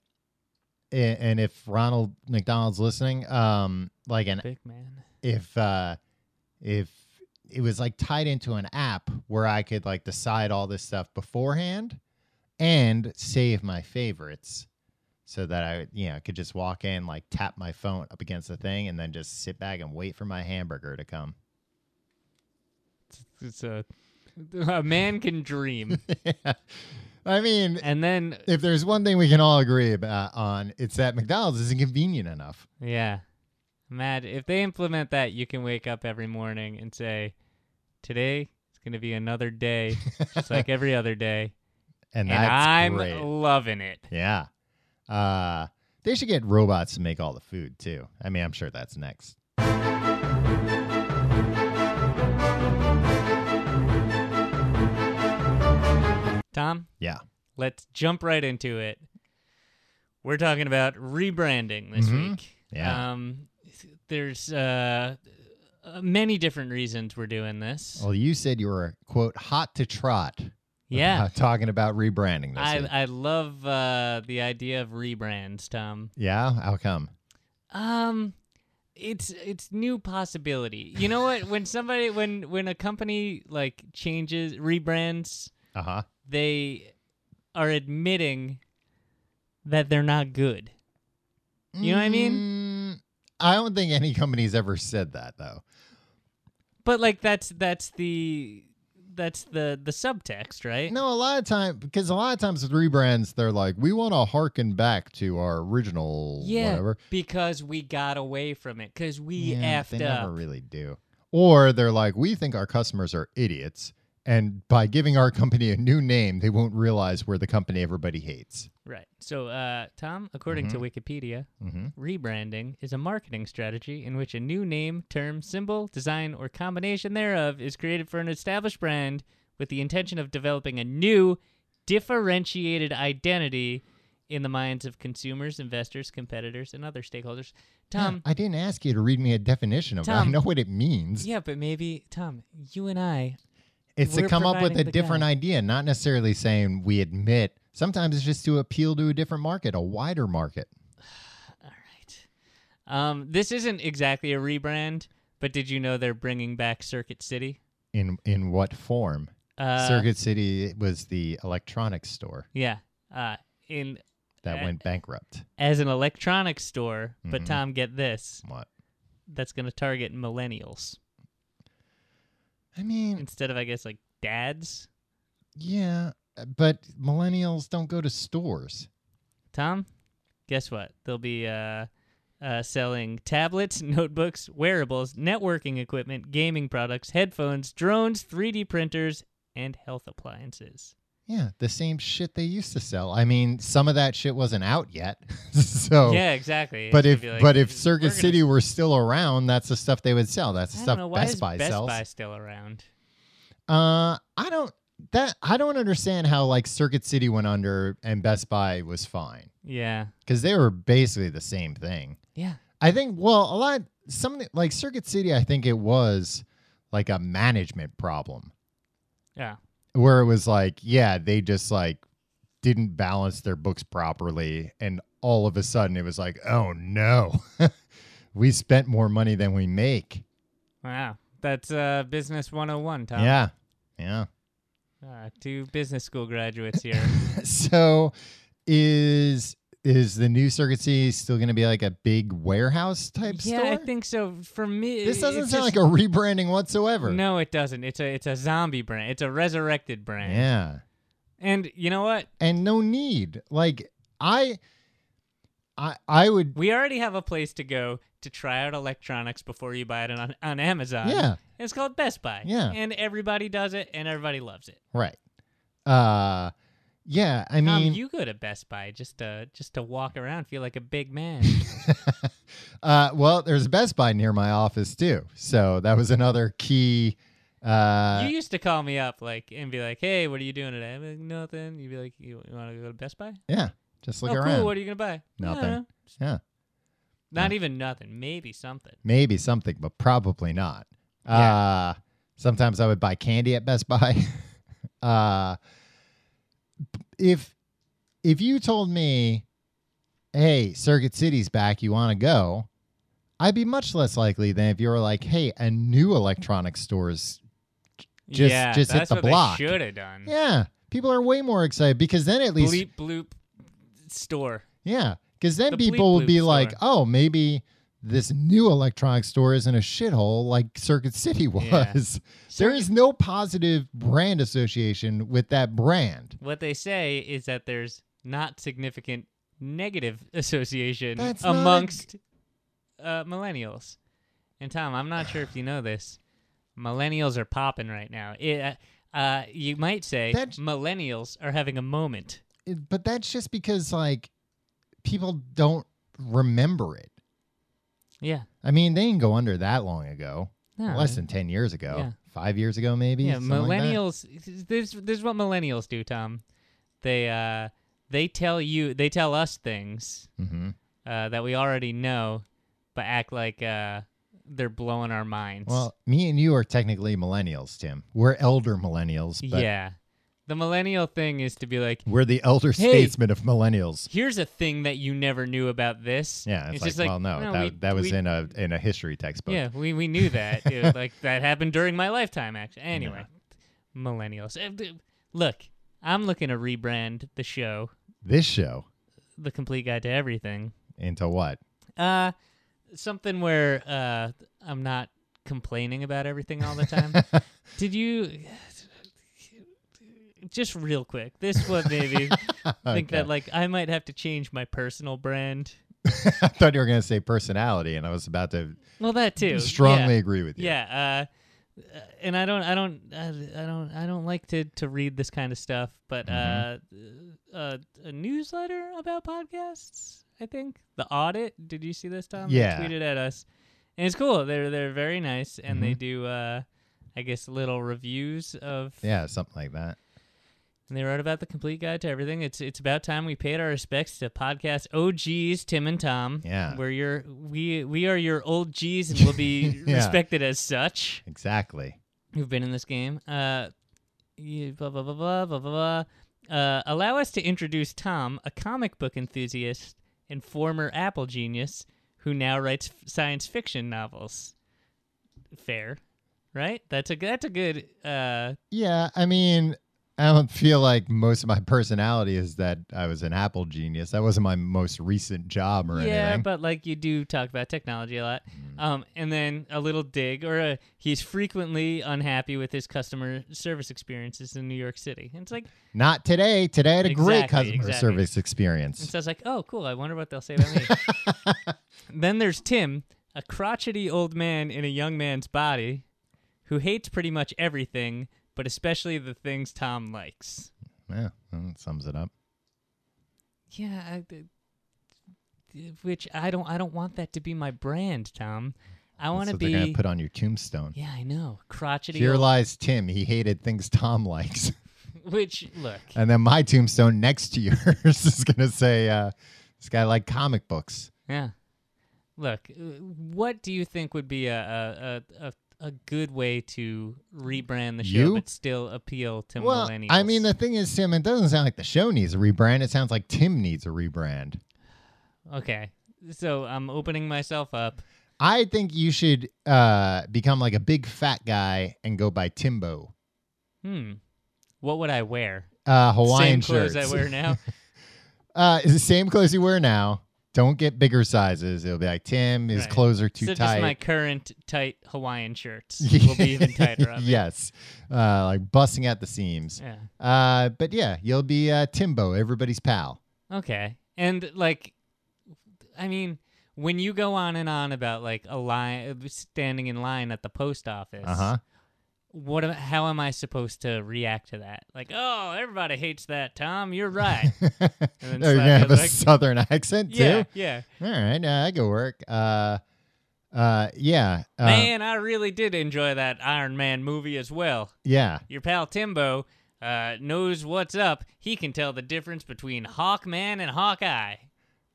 Speaker 1: A- And if Ronald McDonald's listening, um, like an
Speaker 2: Big man.
Speaker 1: if uh if it was like tied into an app where I could like decide all this stuff beforehand and save my favorites so that I you know could just walk in, like tap my phone up against the thing and then just sit back and wait for my hamburger to come.
Speaker 2: It's a a man can dream.
Speaker 1: I mean,
Speaker 2: and then
Speaker 1: if there's one thing we can all agree about on, it's that McDonald's isn't convenient enough.
Speaker 2: yeah, Mad. If they implement that, you can wake up every morning and say, "Today it's gonna be another day, just like every other day,"
Speaker 1: And,
Speaker 2: and
Speaker 1: that's
Speaker 2: I'm
Speaker 1: great.
Speaker 2: loving it.
Speaker 1: Yeah. Uh they should get robots to make all the food too. I mean, I'm sure that's next.
Speaker 2: Tom.
Speaker 1: Yeah.
Speaker 2: let's jump right into it. We're talking about rebranding this
Speaker 1: Mhm.
Speaker 2: week.
Speaker 1: Yeah.
Speaker 2: Um, there's uh, uh, many different reasons we're doing this.
Speaker 1: Well, you said you were quote hot to trot. with-
Speaker 2: yeah.
Speaker 1: talking about rebranding this.
Speaker 2: I,
Speaker 1: week.
Speaker 2: I love uh, the idea of rebrands, Tom.
Speaker 1: yeah, how come?
Speaker 2: Um, it's it's new possibility. You know what? when somebody when when a company like changes rebrands,
Speaker 1: Uh-huh.
Speaker 2: they are admitting that they're not good. You know what I
Speaker 1: mean? Mm, I don't think any company's ever said that though.
Speaker 2: But like that's that's the that's the the subtext, right?
Speaker 1: No, a lot of time because a lot of times with rebrands, they're like, we want to harken back to our original
Speaker 2: Yeah,
Speaker 1: whatever.
Speaker 2: because we got away from it because we
Speaker 1: Yeah,
Speaker 2: effed
Speaker 1: they
Speaker 2: up.
Speaker 1: never really do. Or they're like, we think our customers are idiots. And by giving our company a new name, they won't realize we're the company everybody hates.
Speaker 2: Right. So, uh, Tom, according to Wikipedia,
Speaker 1: Mm-hmm.
Speaker 2: rebranding is a marketing strategy in which a new name, term, symbol, design, or combination thereof is created for an established brand with the intention of developing a new, differentiated identity in the minds of consumers, investors, competitors, and other stakeholders. Tom,
Speaker 1: I didn't ask you to read me a definition of it. I
Speaker 2: Tom.
Speaker 1: know what it means.
Speaker 2: yeah, but maybe, Tom, you and I
Speaker 1: It's to
Speaker 2: We're
Speaker 1: come up with
Speaker 2: providing
Speaker 1: a
Speaker 2: the
Speaker 1: different
Speaker 2: guide.
Speaker 1: idea, not necessarily saying we admit. Sometimes it's just to appeal to a different market, a wider market.
Speaker 2: All right. Um, this isn't exactly a rebrand, but did you know they're bringing back Circuit City?
Speaker 1: In in what form?
Speaker 2: Uh,
Speaker 1: Circuit City was the electronics store
Speaker 2: Yeah. Uh, in
Speaker 1: that
Speaker 2: uh,
Speaker 1: went bankrupt.
Speaker 2: as an electronics store, but
Speaker 1: Mhm.
Speaker 2: Tom, get this.
Speaker 1: What?
Speaker 2: That's going to target millennials
Speaker 1: I mean,
Speaker 2: instead of, I guess, like dads.
Speaker 1: yeah, but millennials don't go to stores.
Speaker 2: Tom, guess what? They'll be uh, uh, selling tablets, notebooks, wearables, networking equipment, gaming products, headphones, drones, 3D printers, and health appliances.
Speaker 1: Yeah, the same shit they used to sell. I mean, some of that shit wasn't out yet. so
Speaker 2: yeah, exactly.
Speaker 1: Oh, But
Speaker 2: It's
Speaker 1: if
Speaker 2: gonna be like,
Speaker 1: but if
Speaker 2: we're
Speaker 1: Circuit
Speaker 2: gonna
Speaker 1: City were still around, that's the stuff they would sell. That's the
Speaker 2: I
Speaker 1: stuff
Speaker 2: don't know, why
Speaker 1: Best
Speaker 2: is
Speaker 1: Buy
Speaker 2: Best
Speaker 1: sells.
Speaker 2: Buy still around.
Speaker 1: Uh, I don't that I don't understand how like Circuit City went under and Best Buy was fine
Speaker 2: Yeah,
Speaker 1: because they were basically the same thing.
Speaker 2: yeah,
Speaker 1: I think well a lot some like Circuit City I think it was like a management problem
Speaker 2: yeah.
Speaker 1: where it was like yeah they just like didn't balance their books properly and all of a sudden it was like oh no we spent more money than we make
Speaker 2: Wow, that's uh, business 101, Tom.
Speaker 1: yeah yeah
Speaker 2: uh, two business school graduates here.
Speaker 1: so is is the new circuit city still going to be like a big warehouse type
Speaker 2: yeah,
Speaker 1: store
Speaker 2: I think so. For me,
Speaker 1: this doesn't
Speaker 2: it's
Speaker 1: sound like
Speaker 2: just-
Speaker 1: a rebranding whatsoever
Speaker 2: No, it doesn't. It's a it's a zombie brand. It's a resurrected brand.
Speaker 1: yeah
Speaker 2: And you know what?
Speaker 1: and no need like i i i would
Speaker 2: We already have a place to go to try out electronics before you buy it on on Amazon.
Speaker 1: yeah
Speaker 2: It's called Best Buy.
Speaker 1: Yeah.
Speaker 2: And everybody does it, and everybody loves it.
Speaker 1: right uh yeah i
Speaker 2: Tom,
Speaker 1: mean
Speaker 2: you go to Best Buy just to just to walk around, feel like a big man.
Speaker 1: uh well there's a best buy near my office too so that was another key uh
Speaker 2: you used to call me up like and be like, "Hey, what are you doing today?" I'm like, "Nothing." You'd be like, "You, want to go to Best Buy?"
Speaker 1: yeah just look
Speaker 2: oh,
Speaker 1: around
Speaker 2: cool. What are you gonna buy? "I don't
Speaker 1: Nothing.
Speaker 2: know."
Speaker 1: Yeah.
Speaker 2: Not even nothing. Maybe something.
Speaker 1: maybe something, but probably not.
Speaker 2: Yeah.
Speaker 1: Uh, sometimes I would buy candy at Best Buy. uh, if if you told me, "Hey, Circuit City's back, you want to go?" I'd be much less likely than if you were like, "Hey, a new electronics store's Just-
Speaker 2: yeah,
Speaker 1: just hit
Speaker 2: that's
Speaker 1: the
Speaker 2: what
Speaker 1: block.
Speaker 2: Should have done.
Speaker 1: yeah." People are way more excited because then at least
Speaker 2: Mm-hmm. Bleep bloop store.
Speaker 1: Yeah, because then
Speaker 2: The bleep
Speaker 1: people would be
Speaker 2: bloop
Speaker 1: like,
Speaker 2: store.
Speaker 1: "Oh, maybe this new electronics store isn't a shithole like Circuit City was."
Speaker 2: Yeah.
Speaker 1: there
Speaker 2: Circuit-
Speaker 1: is no positive brand association with that brand.
Speaker 2: What they say is that there's not significant negative association
Speaker 1: That's not a-
Speaker 2: amongst uh, millennials. And Tom, I'm not sure if you know this. Millennials are popping right now. It, uh, uh, you might say
Speaker 1: That's-
Speaker 2: millennials are having a moment.
Speaker 1: It- but that's just because like people don't remember it.
Speaker 2: Yeah.
Speaker 1: I mean, they didn't go under that long ago.
Speaker 2: No,
Speaker 1: Less than ten years ago,
Speaker 2: Yeah.
Speaker 1: five years ago, maybe.
Speaker 2: Yeah,
Speaker 1: something like that.
Speaker 2: millennials. this this is what millennials do, Tom. They uh they tell you they tell us things
Speaker 1: Mhm.
Speaker 2: uh, that we already know, but act like uh they're blowing our minds.
Speaker 1: Well, me and you are technically millennials, Tim. We're elder millennials, but
Speaker 2: yeah. The millennial thing is to be like,
Speaker 1: we're the elder
Speaker 2: Hey.
Speaker 1: statesmen of millennials.
Speaker 2: here's a thing that you never knew about this.
Speaker 1: Yeah, it's, like,
Speaker 2: just like,
Speaker 1: well, no, that,
Speaker 2: we-
Speaker 1: that was
Speaker 2: we,
Speaker 1: in a in a history textbook.
Speaker 2: Yeah, we, we knew that. It was like that happened during my lifetime. Actually, anyway, millennials. Uh, d- Look, I'm looking to rebrand the show.
Speaker 1: This show
Speaker 2: the complete guide to everything.
Speaker 1: into what?
Speaker 2: Uh, something where uh, I'm not complaining about everything all the time. Did you? Just real quick, this would maybe think
Speaker 1: Okay.
Speaker 2: that like I might have to change my personal brand
Speaker 1: I thought you were going to say personality, and I was about to
Speaker 2: Well, that too.
Speaker 1: strongly
Speaker 2: Yeah.
Speaker 1: agree with you.
Speaker 2: Yeah. Uh, and I don't, I don't, I, I don't, I don't like to to read this kind of stuff. But
Speaker 1: Mm-hmm.
Speaker 2: uh, uh, a newsletter about podcasts. I think the audit. Did you see this, Tom? They
Speaker 1: Yeah.
Speaker 2: tweeted at us, and it's cool. They're they're very nice, and
Speaker 1: Mm-hmm.
Speaker 2: they do, uh, I guess, little reviews of.
Speaker 1: Yeah, something like that.
Speaker 2: And they wrote about the complete guide to everything. It's it's about time we paid our respects to podcast OGs Tim and Tom.
Speaker 1: Yeah.
Speaker 2: We're your we we are your old G's and will be
Speaker 1: Yeah.
Speaker 2: respected as such
Speaker 1: Exactly.
Speaker 2: who've been in this game. Uh, you, blah blah blah blah blah blah. blah. Uh, allow us to introduce Tom, a comic book enthusiast and former Apple genius, who now writes f- science fiction novels. Fair, right? That's a that's a good. Uh,
Speaker 1: Yeah, I mean, I don't feel like most of my personality is that I was an Apple genius. That wasn't my most recent job or
Speaker 2: yeah,
Speaker 1: anything. Mm-hmm.
Speaker 2: but like you do talk about technology a lot. Um, and then a little dig or a, he's frequently unhappy with his customer service experiences in New York City. And it's like
Speaker 1: Not today. Today I had a great
Speaker 2: Exactly,
Speaker 1: customer
Speaker 2: exactly.
Speaker 1: service
Speaker 2: And
Speaker 1: experience.
Speaker 2: so I was like, oh, cool. I wonder what they'll say about me. then there's Tim, a crotchety old man in a young man's body who hates pretty much everything, but especially the things Tom likes.
Speaker 1: Yeah, well, that sums it up.
Speaker 2: Yeah, I, th- th- which I don't I don't want that to be my brand, Tom. I want
Speaker 1: That's
Speaker 2: to
Speaker 1: what they're
Speaker 2: be
Speaker 1: gonna put on your tombstone.
Speaker 2: Yeah, I know. Crotchety
Speaker 1: Here
Speaker 2: old-
Speaker 1: lies Tim. He hated things Tom likes.
Speaker 2: which look.
Speaker 1: And then my tombstone next to yours is gonna say, uh, "This guy liked comic books."
Speaker 2: Yeah. Look, uh, what do you think would be a a, a, a a good way to rebrand the show
Speaker 1: You?
Speaker 2: but still appeal to
Speaker 1: Well,
Speaker 2: millennials?
Speaker 1: I mean, the thing is, Tim, it doesn't sound like the show needs a rebrand. It sounds like Tim needs a rebrand.
Speaker 2: okay. So I'm opening myself up.
Speaker 1: I think you should uh, become like a big fat guy and go by Timbo.
Speaker 2: Hmm. What would I wear?
Speaker 1: Uh, Hawaiian
Speaker 2: Same
Speaker 1: shirts.
Speaker 2: clothes I wear now.
Speaker 1: Uh, it's the same clothes you wear now. Don't get bigger sizes. It'll be like Tim. His
Speaker 2: Right.
Speaker 1: clothes are too
Speaker 2: so
Speaker 1: tight.
Speaker 2: just my current tight Hawaian shirts will be even tighter. On me.
Speaker 1: yes, uh, like busting at the seams.
Speaker 2: Yeah.
Speaker 1: Uh, but yeah, you'll be uh, Timbo, everybody's pal.
Speaker 2: Okay. And like, I mean, when you go on and on about like a line, standing in line at the post office.
Speaker 1: Uh huh.
Speaker 2: what am, how am I supposed to react to that? Like, oh, everybody hates that, Tom. You're right.
Speaker 1: oh, you're
Speaker 2: And then
Speaker 1: gonna
Speaker 2: slap
Speaker 1: have
Speaker 2: it
Speaker 1: a
Speaker 2: like-
Speaker 1: southern accent
Speaker 2: yeah,
Speaker 1: too.
Speaker 2: yeah.
Speaker 1: All right, yeah, that could work. Uh, uh, yeah, uh,
Speaker 2: Man, I really did enjoy that Iron Man movie as well.
Speaker 1: yeah.
Speaker 2: Your pal Timbo uh, knows what's up. He can tell the difference between Hawkman and Hawkeye.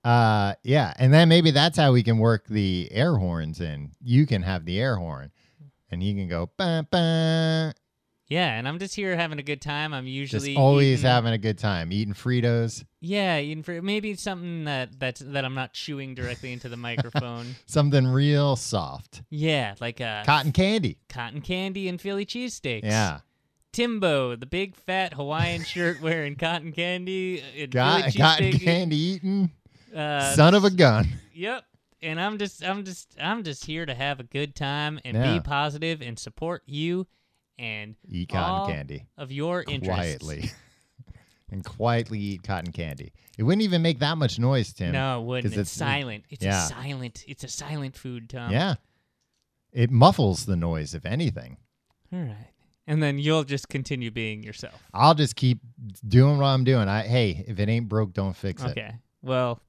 Speaker 1: Uh, yeah, and then maybe that's how we can work the air horns in. You can have the air horn, and you can go bah, bah,
Speaker 2: Yeah, and I'm just here having a good time. I'm
Speaker 1: just
Speaker 2: usually
Speaker 1: always
Speaker 2: eating-
Speaker 1: having a good time eating Fritos,
Speaker 2: Yeah, eating for maybe something that that's that I'm not chewing directly into the microphone.
Speaker 1: something real soft,
Speaker 2: yeah, like uh,
Speaker 1: cotton candy.
Speaker 2: cotton candy and Philly cheesesteaks.
Speaker 1: Yeah,
Speaker 2: Timbo, the big fat Hawaiian shirt wearing cotton candy. And
Speaker 1: got
Speaker 2: Philly
Speaker 1: cotton
Speaker 2: cheesesteak,
Speaker 1: candy eating
Speaker 2: Uh,
Speaker 1: son of a gun.
Speaker 2: Yep. And I'm just, I'm just, I'm just here to have a good time and
Speaker 1: Yeah.
Speaker 2: be positive and support you and
Speaker 1: Eat cotton
Speaker 2: all
Speaker 1: candy
Speaker 2: of your interests.
Speaker 1: quietly, and quietly eat cotton candy. It wouldn't even make that much noise, Tim.
Speaker 2: No, it wouldn't.
Speaker 1: 'Cause
Speaker 2: It's,
Speaker 1: it's-
Speaker 2: silent. It's
Speaker 1: yeah.
Speaker 2: a silent. It's a silent food, Tom.
Speaker 1: Yeah, it muffles the noise if anything.
Speaker 2: All right. And then you'll just continue being yourself.
Speaker 1: I'll just keep doing what I'm doing. I hey, if it ain't broke, don't fix it.
Speaker 2: Okay. Well,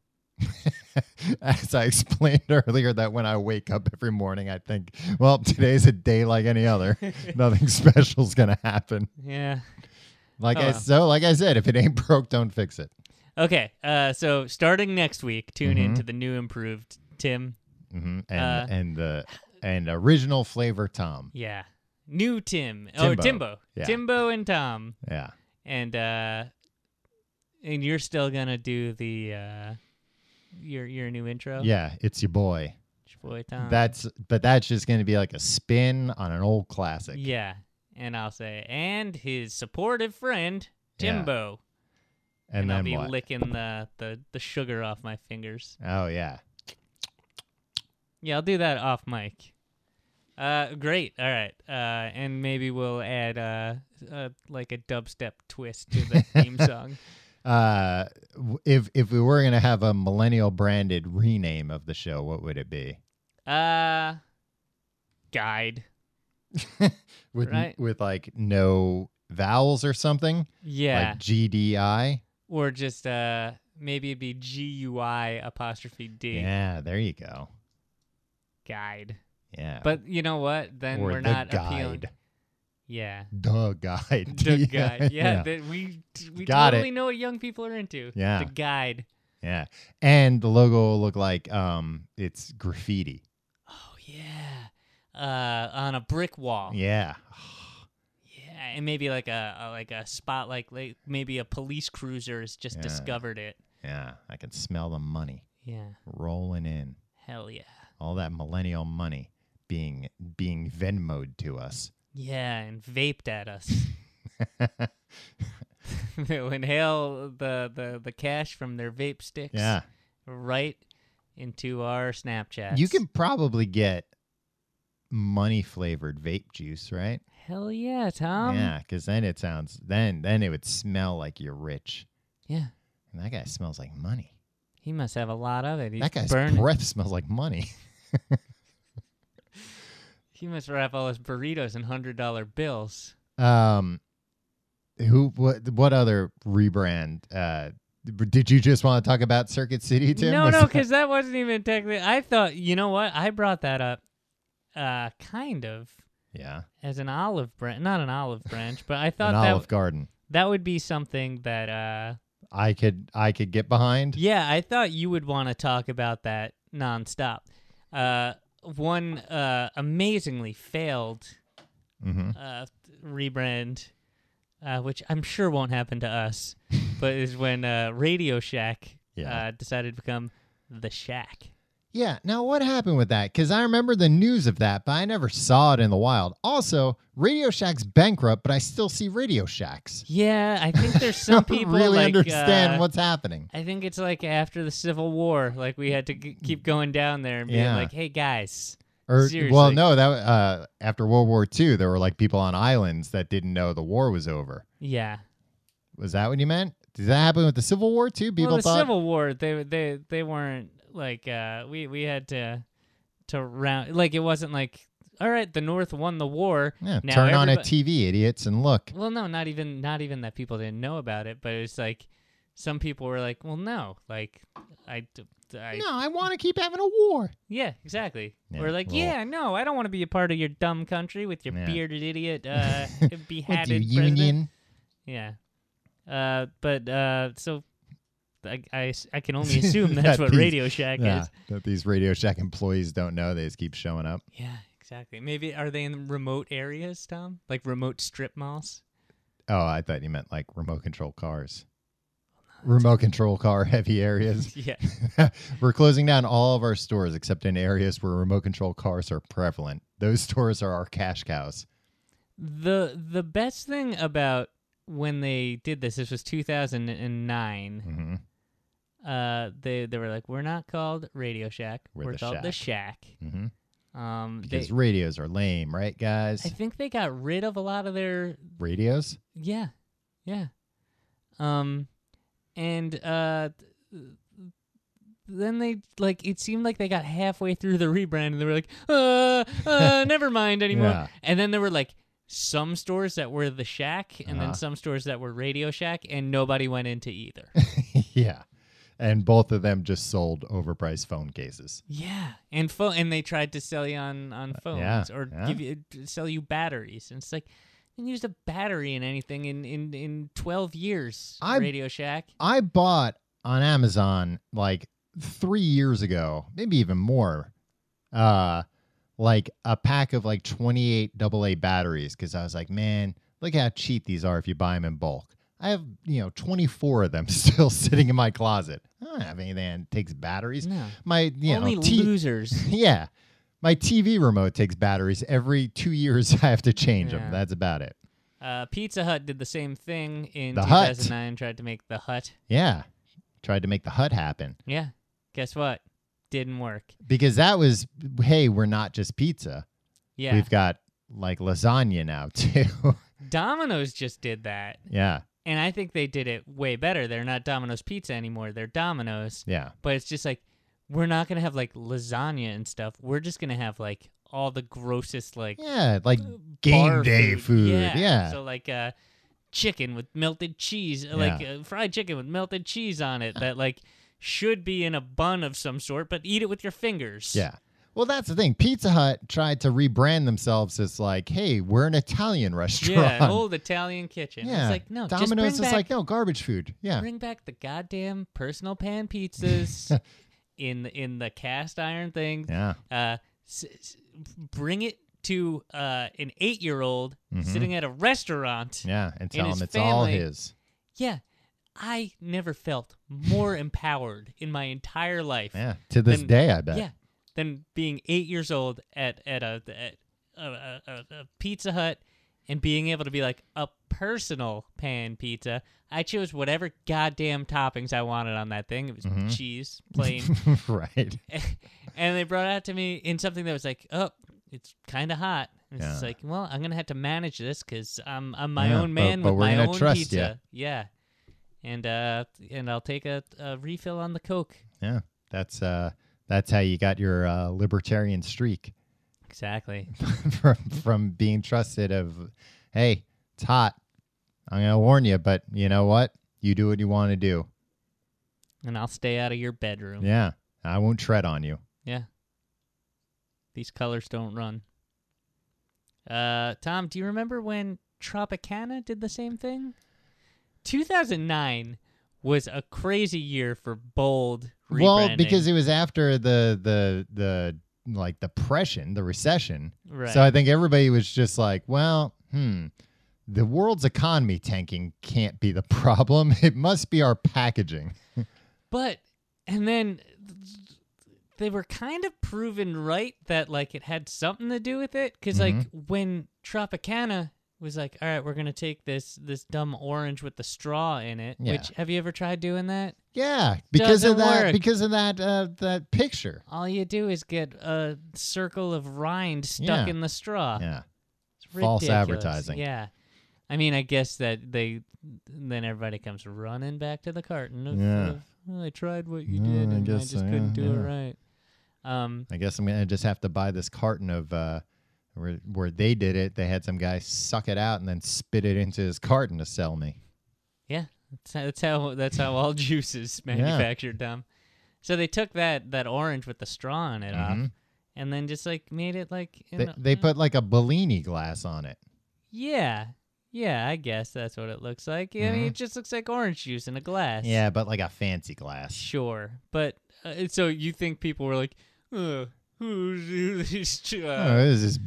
Speaker 1: As I explained earlier, that when I wake up every morning, I think, well, today's a day like any other. Nothing special's gonna happen.
Speaker 2: yeah.
Speaker 1: Like
Speaker 2: Oh,
Speaker 1: I
Speaker 2: well.
Speaker 1: so, like I said, if it ain't broke, don't fix it.
Speaker 2: Okay. Uh, so starting next week, tune
Speaker 1: Mhm.
Speaker 2: in to the new improved Tim.
Speaker 1: hmm And
Speaker 2: Uh,
Speaker 1: and the and original flavor Tom.
Speaker 2: Yeah. New Tim. Oh,
Speaker 1: Timbo.
Speaker 2: Timbo.
Speaker 1: Yeah.
Speaker 2: Timbo and Tom.
Speaker 1: Yeah,
Speaker 2: And uh and you're still gonna do the uh your your new intro?
Speaker 1: yeah, it's your boy.
Speaker 2: It's your boy Tom.
Speaker 1: That's but that's just gonna be like a spin on an old classic.
Speaker 2: Yeah. And I'll say and his supportive friend
Speaker 1: Yeah.
Speaker 2: Timbo.
Speaker 1: And,
Speaker 2: I'll
Speaker 1: then
Speaker 2: be
Speaker 1: what?
Speaker 2: licking the, the the sugar off my fingers.
Speaker 1: oh yeah,
Speaker 2: Yeah, I'll do that off mic. Uh, great. All right. Uh, and maybe we'll add uh, uh like a dubstep twist to the theme song.
Speaker 1: Uh, w- if if we were gonna have a millennial branded rename of the show, what would it be?
Speaker 2: Uh, guide.
Speaker 1: With n-
Speaker 2: Right.
Speaker 1: with like no vowels or something,
Speaker 2: Yeah,
Speaker 1: like GDI.
Speaker 2: or just uh, maybe it'd be G U I apostrophe D.
Speaker 1: Yeah, there you go.
Speaker 2: Guide.
Speaker 1: Yeah,
Speaker 2: But you know what? Then
Speaker 1: Uh, or
Speaker 2: we're
Speaker 1: the
Speaker 2: not appealing.
Speaker 1: guide,
Speaker 2: Yeah.
Speaker 1: the guide,
Speaker 2: The guide. Yeah,
Speaker 1: yeah.
Speaker 2: that we we
Speaker 1: Got it.
Speaker 2: totally know what young people are into.
Speaker 1: Yeah.
Speaker 2: The guide.
Speaker 1: Yeah. and the logo will look like um, it's graffiti.
Speaker 2: Oh yeah. Uh, on a brick wall.
Speaker 1: Yeah,
Speaker 2: Yeah, and maybe like a, a like a spot like, like maybe a police cruiser has just
Speaker 1: Yeah.
Speaker 2: discovered it.
Speaker 1: yeah, I can smell the money
Speaker 2: Yeah.
Speaker 1: rolling in.
Speaker 2: Hell yeah.
Speaker 1: all that millennial money being being Venmoed to us.
Speaker 2: Yeah, and vaped at us. They'll inhale the, the, the cash from their vape sticks
Speaker 1: yeah,
Speaker 2: right into our Snapchat.
Speaker 1: you can probably get money flavored vape juice, right?
Speaker 2: Hell yeah, Tom.
Speaker 1: yeah, because then it sounds then then it would smell like you're rich,
Speaker 2: Yeah,
Speaker 1: and that guy smells like money.
Speaker 2: He must have a lot of it. He's
Speaker 1: that guy's
Speaker 2: burning.
Speaker 1: breath smells like money.
Speaker 2: he must wrap all his burritos in hundred dollar bills.
Speaker 1: Um, who what what other rebrand? Uh, did you just want to talk about Circuit City, Tim?
Speaker 2: no,
Speaker 1: Was
Speaker 2: no,
Speaker 1: that-
Speaker 2: because that wasn't even technically. I thought you know what? I brought that up, uh, kind of
Speaker 1: yeah,
Speaker 2: as an olive branch, not an olive branch, but I thought
Speaker 1: an
Speaker 2: that
Speaker 1: Olive Garden.
Speaker 2: that would be something that. Uh,
Speaker 1: I could I could get behind.
Speaker 2: yeah, I thought you would want to talk about that nonstop. Uh, one uh, amazingly failed
Speaker 1: Mm-hmm.
Speaker 2: uh, rebrand, uh, which I'm sure won't happen to us, but is when uh, Radio Shack
Speaker 1: Yeah.
Speaker 2: uh, decided to become The Shack.
Speaker 1: Yeah. Now, what happened with that? Because I remember the news of that, but I never saw it in the wild. Also, Radio Shack's bankrupt, but I still see Radio Shacks.
Speaker 2: Yeah, I think there's some
Speaker 1: I don't
Speaker 2: people
Speaker 1: really
Speaker 2: like,
Speaker 1: understand
Speaker 2: uh,
Speaker 1: what's happening.
Speaker 2: I think it's like after the Civil War, like we had to g- keep going down there and being
Speaker 1: Yeah.
Speaker 2: like, "Hey guys,
Speaker 1: Or well,
Speaker 2: seriously.
Speaker 1: no, that uh, after World War II, there were like people on islands that didn't know the war was over.
Speaker 2: yeah."
Speaker 1: Was that what you meant? Did that happen with the Civil War too? People
Speaker 2: well, the
Speaker 1: thought
Speaker 2: Civil War, they they they weren't like uh, we we had to to round like it wasn't like all right, the North won the war.
Speaker 1: yeah,
Speaker 2: now
Speaker 1: turn on a
Speaker 2: everybo-
Speaker 1: TV, idiots, and look.
Speaker 2: Well, no, not even not even that people didn't know about it, but it's like some people were like, "Well, no, like I, d- I-
Speaker 1: No, I want to keep having a war.
Speaker 2: yeah, exactly."
Speaker 1: Yeah,
Speaker 2: or like,
Speaker 1: well-
Speaker 2: "Yeah, no, I don't want to be a part of your dumb country with your
Speaker 1: Yeah.
Speaker 2: bearded idiot uh,
Speaker 1: What
Speaker 2: beheaded
Speaker 1: do you,
Speaker 2: president."
Speaker 1: Union?
Speaker 2: Yeah, uh, but uh, so I, I s- I can only assume that's
Speaker 1: That
Speaker 2: what
Speaker 1: piece-
Speaker 2: Radio Shack
Speaker 1: Yeah,
Speaker 2: is.
Speaker 1: that these Radio Shack employees don't know. They just keep showing up.
Speaker 2: Yeah, exactly. Maybe are they in remote areas, Tom? Like remote strip malls?
Speaker 1: Oh, I thought you meant like remote control cars. Remote control car heavy areas.
Speaker 2: Yeah.
Speaker 1: We're closing down all of our stores except in areas where remote control cars are prevalent. Those stores are our cash cows.
Speaker 2: the the best thing about when they did this this was 2009
Speaker 1: hmm
Speaker 2: uh they they were like we're not called radio shack
Speaker 1: We're
Speaker 2: we're,
Speaker 1: the
Speaker 2: called the shack
Speaker 1: hmm
Speaker 2: um they,
Speaker 1: Because radios are lame, right, guys?
Speaker 2: i think they got rid of a lot of their
Speaker 1: radios?
Speaker 2: yeah yeah um and uh th- then they like it seemed like they got halfway through the rebrand and they were like uh, uh never mind anymore
Speaker 1: Yeah.
Speaker 2: And then there were like some stores that were the shack and
Speaker 1: Uh-huh.
Speaker 2: then some stores that were Radio Shack and nobody went into either.
Speaker 1: yeah. And both of them just sold overpriced phone cases.
Speaker 2: yeah. And phone and they tried to sell you on on
Speaker 1: Uh, yeah,
Speaker 2: phones or
Speaker 1: yeah.
Speaker 2: give you t- sell you batteries. And it's like you can use a battery in anything in in in 12 years.
Speaker 1: I-
Speaker 2: Radio Shack.
Speaker 1: I bought on Amazon like three years ago, maybe even more, uh, like a pack of like 28 AA batteries because I was like, man, look how cheap these are if you buy them in bulk. I have, you know, 24 of them still sitting in my closet. I don't have anything that takes batteries.
Speaker 2: No.
Speaker 1: My, you
Speaker 2: Only
Speaker 1: know, T-
Speaker 2: losers.
Speaker 1: yeah, my TV remote takes batteries every two years. I have to change
Speaker 2: Yeah.
Speaker 1: them. That's about it.
Speaker 2: Uh, Pizza Hut did the same thing in
Speaker 1: The Hut.
Speaker 2: 2009 tried to make the hut.
Speaker 1: Yeah, tried to make the HUD happen.
Speaker 2: Yeah. Guess what? Didn't work.
Speaker 1: because that was hey we're not just pizza
Speaker 2: Yeah.
Speaker 1: we've got like lasagna now too
Speaker 2: Domino's just did that.
Speaker 1: yeah
Speaker 2: And I think they did it way better. They're not Domino's Pizza anymore. They're Domino's.
Speaker 1: Yeah.
Speaker 2: But it's just like we're not gonna have like lasagna and stuff. We're just gonna have like all the grossest like
Speaker 1: Yeah. Like
Speaker 2: Uh,
Speaker 1: game
Speaker 2: bar
Speaker 1: day food. Yeah.
Speaker 2: So like uh, chicken with melted cheese, uh, like uh, fried chicken with melted cheese on it that like should be in a bun of some sort, but eat it with your fingers.
Speaker 1: yeah. Well, that's the thing. Pizza Hut tried to rebrand themselves as like, hey, we're an Italian restaurant.
Speaker 2: Yeah, old Italian kitchen.
Speaker 1: Yeah.
Speaker 2: It's like no, just bring
Speaker 1: Domino's is
Speaker 2: back,
Speaker 1: like, no, garbage food. Yeah.
Speaker 2: bring back the goddamn personal pan pizzas in the, in the cast iron thing.
Speaker 1: Yeah.
Speaker 2: Uh, s- s- bring it to uh, an eight year old
Speaker 1: Mhm.
Speaker 2: sitting at a restaurant.
Speaker 1: Yeah. And tell
Speaker 2: his
Speaker 1: him it's all
Speaker 2: family.
Speaker 1: his.
Speaker 2: Yeah, I never felt more empowered in my entire life.
Speaker 1: Yeah. To this
Speaker 2: Then-
Speaker 1: day, I bet.
Speaker 2: Yeah, than being eight years old at at a at a, a, a, a Pizza Hut and being able to be like a personal pan pizza. I chose whatever goddamn toppings I wanted on that thing. It was
Speaker 1: Mhm.
Speaker 2: cheese, plain,
Speaker 1: right.
Speaker 2: and they brought it out to me in something that was like, oh, it's kind of hot. And It's
Speaker 1: Yeah.
Speaker 2: like, well, I'm gonna have to manage this because I'm I'm my
Speaker 1: Yeah,
Speaker 2: own
Speaker 1: but-
Speaker 2: man
Speaker 1: but
Speaker 2: with
Speaker 1: we're
Speaker 2: my
Speaker 1: gonna
Speaker 2: own
Speaker 1: trust ya.
Speaker 2: pizza. Yeah, and uh, and I'll take a, a refill on the Coke.
Speaker 1: Yeah. That's uh that's how you got your uh, libertarian streak
Speaker 2: Exactly.
Speaker 1: from from being trusted of hey, it's hot. I'm gonna warn you, but you know what? You do what you want to do.
Speaker 2: And I'll stay out of your bedroom.
Speaker 1: Yeah. I won't tread on you.
Speaker 2: Yeah. These colors don't run. Uh, Tom, do you remember when Tropicana did the same thing? 2009 was a crazy year for bold rebranding.
Speaker 1: Well, because it was after the the the like depression, the recession.
Speaker 2: right.
Speaker 1: So I think everybody was just like, well, hmm, the world's economy tanking can't be the problem. It must be our packaging.
Speaker 2: but and then they were kind of proven right that like it had something to do with it because like
Speaker 1: Mm-hmm.
Speaker 2: when Tropicana was like, all right, we're gonna take this this dumb orange with the straw in it.
Speaker 1: Yeah.
Speaker 2: Which have you ever tried doing that?
Speaker 1: Yeah, because
Speaker 2: Doesn't
Speaker 1: of that
Speaker 2: work.
Speaker 1: because of that uh, that picture.
Speaker 2: All you do is get a circle of rind
Speaker 1: Yeah.
Speaker 2: stuck in the straw.
Speaker 1: Yeah.
Speaker 2: It's
Speaker 1: False
Speaker 2: ridiculous.
Speaker 1: advertising.
Speaker 2: Yeah. I mean, I guess that they then everybody comes running back to the carton. Of,
Speaker 1: Yeah.
Speaker 2: of, "Well, I tried what you
Speaker 1: Yeah,
Speaker 2: did,
Speaker 1: I
Speaker 2: and I,
Speaker 1: guess
Speaker 2: just
Speaker 1: so, yeah,
Speaker 2: couldn't do it
Speaker 1: yeah.
Speaker 2: right. Um,
Speaker 1: I guess I'm going to just have to buy this carton of uh where, where they did it, they had some guy suck it out and then spit it into his carton to sell me.
Speaker 2: yeah, that's how that's how, that's how all juice is manufactured, Dom. So they took that that orange with the straw in it off,
Speaker 1: Mhm.
Speaker 2: and then just like made it like in
Speaker 1: They,
Speaker 2: a-
Speaker 1: they put like a Bellini glass on it.
Speaker 2: yeah. Yeah, I guess that's what it looks like. I mean,
Speaker 1: Mhm.
Speaker 2: it just looks like orange juice in a glass.
Speaker 1: Yeah, but like a fancy glass.
Speaker 2: Sure, but uh, so you think people were like, uh, who's who's these two?
Speaker 1: Oh, this is